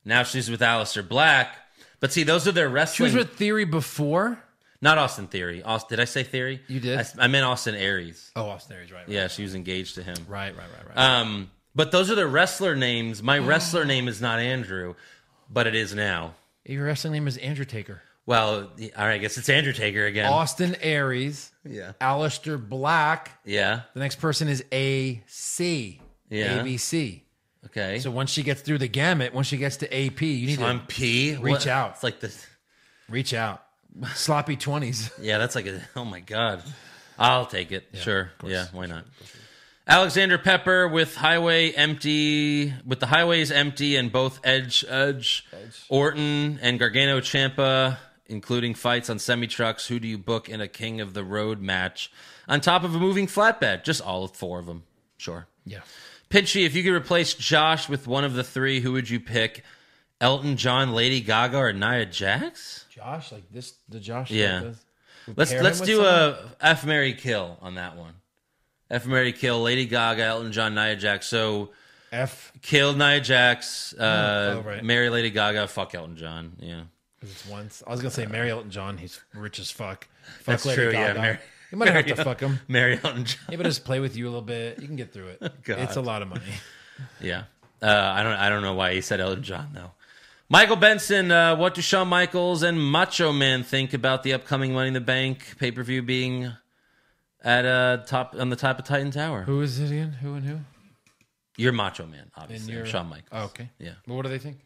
[SPEAKER 3] Now she's with Aleister Black. But see, those are their
[SPEAKER 4] She
[SPEAKER 3] wrestling.
[SPEAKER 4] was with Theory before.
[SPEAKER 3] not Austin Theory. Aust- did I say Theory?
[SPEAKER 4] You did.
[SPEAKER 3] I, I meant Austin Aries.
[SPEAKER 4] Oh, Austin Aries, right? right.
[SPEAKER 3] Yeah, she was engaged to him.
[SPEAKER 4] Right, right, right, right.
[SPEAKER 3] Um, but those are their wrestler names. My wrestler name is not Andrew, but it is now.
[SPEAKER 4] Your wrestling name is Andrew Taker.
[SPEAKER 3] Well, the- all right, I guess it's Andrew Taker again.
[SPEAKER 4] Austin Aries.
[SPEAKER 3] Yeah.
[SPEAKER 4] Alistair Black.
[SPEAKER 3] Yeah.
[SPEAKER 4] The next person is AC.
[SPEAKER 3] Yeah.
[SPEAKER 4] ABC.
[SPEAKER 3] Okay.
[SPEAKER 4] So once she gets through the gamut, once she gets to AP, you need
[SPEAKER 3] So I'm
[SPEAKER 4] to
[SPEAKER 3] P.
[SPEAKER 4] reach
[SPEAKER 3] What-
[SPEAKER 4] out.
[SPEAKER 3] It's like this.
[SPEAKER 4] reach out. Sloppy 20s.
[SPEAKER 3] Yeah, that's like a. Oh my god. I'll take it. sure. Yeah. Why not? Alexander Pepper with highway empty, with the highways empty and both edge edge, Orton and Gargano Champa, including fights on semi trucks. Who do you book in a King of the Road match? On top of a moving flatbed, just all of four of them. Sure.
[SPEAKER 4] Yeah.
[SPEAKER 3] Pinchy, if you could replace Josh with one of the three, who would you pick? Elton John, Lady Gaga, or Nia Jax?
[SPEAKER 4] Josh, like this, the Josh.
[SPEAKER 3] Yeah. does- Let's let's do uh, a F Mary Kill on that one. F Mary Kill, Lady Gaga, Elton John, Nia Jax. So
[SPEAKER 4] F
[SPEAKER 3] kill Nia Jax, uh,
[SPEAKER 4] Oh, right.
[SPEAKER 3] marry Lady Gaga, fuck Elton John. Yeah,
[SPEAKER 4] because it's once. I was gonna say Mary Elton John. He's rich as fuck. Fuck
[SPEAKER 3] that's
[SPEAKER 4] Lady
[SPEAKER 3] true. Yeah,
[SPEAKER 4] Gaga.
[SPEAKER 3] marry-
[SPEAKER 4] You might not have to fuck him.
[SPEAKER 3] Mary Elton John.
[SPEAKER 4] Maybe just play with you a little bit. You can get through it.
[SPEAKER 3] God.
[SPEAKER 4] It's a lot of money.
[SPEAKER 3] Yeah. Uh, I don't. I don't know why he said Elton John though. Michael Benson, uh, what do Shawn Michaels and Macho Man think about the upcoming Money in the Bank pay per view being at uh, top on the top of Titan Tower?
[SPEAKER 4] Who is it again? Who and who?
[SPEAKER 3] You're Macho Man, obviously.
[SPEAKER 4] you're-
[SPEAKER 3] Shawn Michaels.
[SPEAKER 4] Oh, okay.
[SPEAKER 3] Yeah.
[SPEAKER 4] Well, what do they think?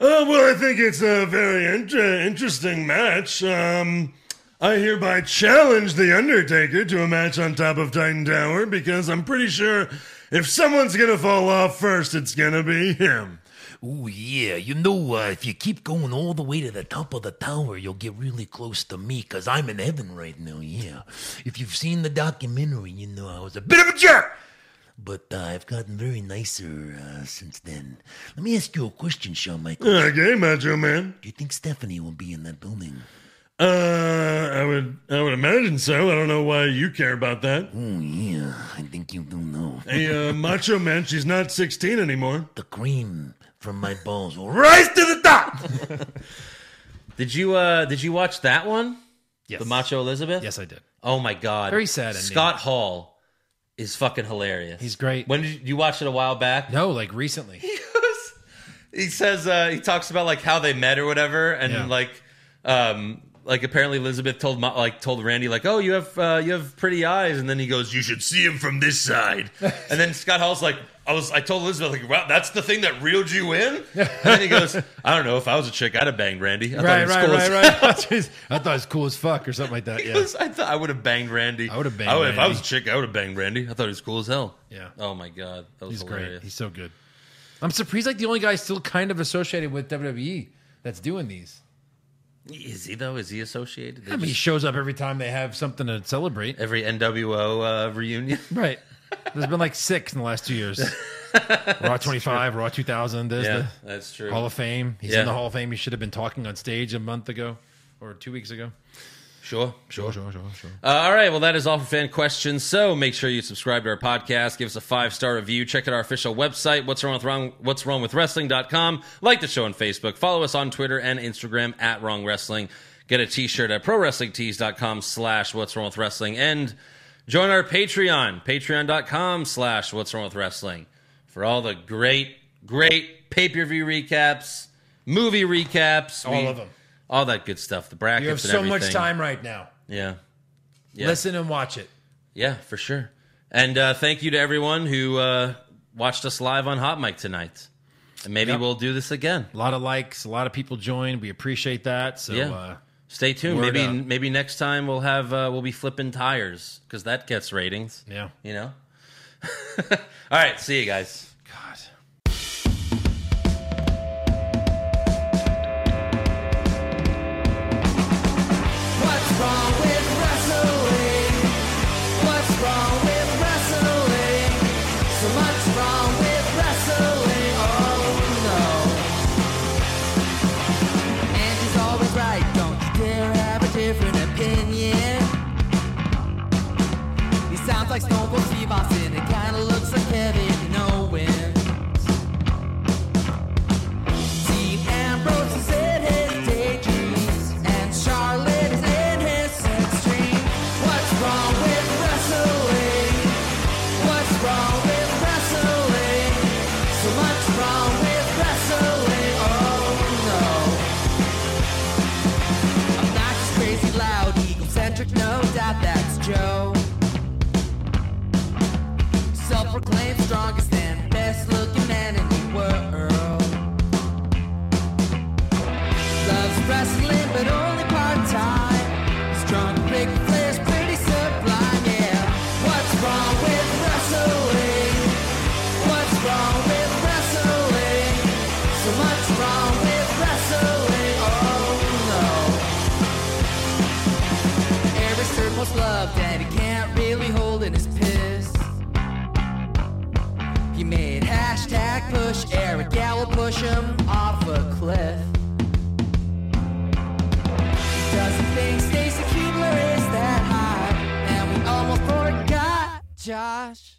[SPEAKER 9] Uh, well, I think it's a very inter- interesting match. Um, I hereby challenge The Undertaker to a match on top of Titan Tower because I'm pretty sure if someone's going to fall off first, it's going to be him.
[SPEAKER 10] Oh yeah, you know uh, if you keep going all the way to the top of the tower, you'll get really close to me, 'cause I'm in heaven right now. Yeah, if you've seen the documentary, you know I was a bit of a jerk, but uh, I've gotten very nicer uh, since then. Let me ask you a question, Shawn Michaels.
[SPEAKER 9] Okay, Macho Man.
[SPEAKER 10] Do you think Stephanie will be in that building?
[SPEAKER 9] Uh, I would, I would imagine so. I don't know why you care about that.
[SPEAKER 10] Oh yeah, I think you don't know.
[SPEAKER 9] Hey, uh, Macho Man, she's not 16 anymore.
[SPEAKER 10] The cream from my balls will rise to the top.
[SPEAKER 3] Did you uh, Did you watch that one?
[SPEAKER 4] Yes.
[SPEAKER 3] The Macho Elizabeth.
[SPEAKER 4] Yes, I did.
[SPEAKER 3] Oh my God.
[SPEAKER 4] Very sad ending.
[SPEAKER 3] Scott Hall is fucking hilarious.
[SPEAKER 4] He's great.
[SPEAKER 3] When did you, you watch it a while back?
[SPEAKER 4] No, like recently.
[SPEAKER 3] he says uh, he talks about like how they met or whatever, and
[SPEAKER 4] Yeah.
[SPEAKER 3] like um like apparently Elizabeth told Ma- like told Randy like oh you have uh, you have pretty eyes, and then he goes you should see him from this side, and then Scott Hall's like. I was. I told Elizabeth, like, wow, that's the thing that reeled you in. And then he goes, I don't know. If I was a chick, I'd have banged Randy. I
[SPEAKER 4] right,
[SPEAKER 3] thought
[SPEAKER 4] right,
[SPEAKER 3] he was cool
[SPEAKER 4] right,
[SPEAKER 3] as-
[SPEAKER 4] right. Jeez. I thought it was cool as fuck or something like that.
[SPEAKER 3] He
[SPEAKER 4] Yeah.
[SPEAKER 3] goes, I thought I would have banged Randy.
[SPEAKER 4] I would've banged
[SPEAKER 3] would- If I
[SPEAKER 4] Randy.
[SPEAKER 3] was a chick, I would have banged Randy. I thought he was cool as hell.
[SPEAKER 4] Yeah.
[SPEAKER 3] Oh my god, that was
[SPEAKER 4] He's
[SPEAKER 3] hilarious.
[SPEAKER 4] great. He's so good. I'm surprised like the only guy still kind of associated with WWE that's doing these.
[SPEAKER 3] Is he though? Is he associated? They
[SPEAKER 4] I mean, he
[SPEAKER 3] just-
[SPEAKER 4] shows up every time they have something to celebrate.
[SPEAKER 3] every NWO uh, reunion.
[SPEAKER 4] Right. There's been like six in the last two years. Raw 25, Raw 2000. There's
[SPEAKER 3] Yeah, that's
[SPEAKER 4] the
[SPEAKER 3] true.
[SPEAKER 4] Hall of Fame. He's
[SPEAKER 3] Yeah.
[SPEAKER 4] in the Hall of Fame. He should have been talking on stage a month ago or two weeks ago.
[SPEAKER 3] Sure, sure.
[SPEAKER 4] sure, sure, sure.
[SPEAKER 3] Uh, all right, well, that is all for fan questions. So make sure you subscribe to our podcast, give us a five star review, check out our official website, what's wrong with wrong, what's wrong with wrestling.com. Like the show on Facebook, follow us on Twitter and Instagram at wrong wrestling. Get a t shirt at pro wrestling com slash what's wrong with wrestling and join our Patreon, patreon.com slash what's wrong with wrestling for all the great, great pay per view recaps, movie recaps,
[SPEAKER 4] All of them.
[SPEAKER 3] all that good stuff, the brackets,
[SPEAKER 4] You have
[SPEAKER 3] and
[SPEAKER 4] so much
[SPEAKER 3] everything.
[SPEAKER 4] time right now.
[SPEAKER 3] Yeah. Yeah.
[SPEAKER 4] Listen and watch it.
[SPEAKER 3] Yeah, for sure. And uh, thank you to everyone who uh, watched us live on Hot Mic tonight. And maybe
[SPEAKER 4] Yep.
[SPEAKER 3] we'll do this again.
[SPEAKER 4] A lot of likes, a lot of people joined. We appreciate that. So,
[SPEAKER 3] Yeah.
[SPEAKER 4] uh,
[SPEAKER 3] Stay tuned.
[SPEAKER 4] Word
[SPEAKER 3] maybe
[SPEAKER 4] up.
[SPEAKER 3] maybe next time we'll have uh, we'll be flipping tires because that gets ratings.
[SPEAKER 4] yeah.
[SPEAKER 3] You know. All right. See you guys.
[SPEAKER 4] God.
[SPEAKER 5] What's wrong with wrestling? What's wrong with wrestling? So much wrong with wrestling. Oh no. And she's always right. Don't you dare have a different opinion. He sounds like Stone Cold Steve Austin. It kinda looks like Kevin Owens. Dean Ambrose is in his daydreams, and Charlotte is in his sex dream. What's wrong with wrestling? What's wrong with wrestling? So much wrong with wrestling. Oh no. I'm not just crazy loud, egocentric, no doubt that's Joe. Self-proclaimed strongest and best-looking man in the world. Loves wrestling, but only part-time. His drunk Ric Flair's pretty sublime, yeah. What's wrong with wrestling? What's wrong with wrestling? So much wrong with wrestling, oh no. Every circle's love that he can't really hold in his piss. He made hashtag push Eric Gallo push him off a cliff. He doesn't think Stacy Kubler is that hot, and we almost forgot Josh.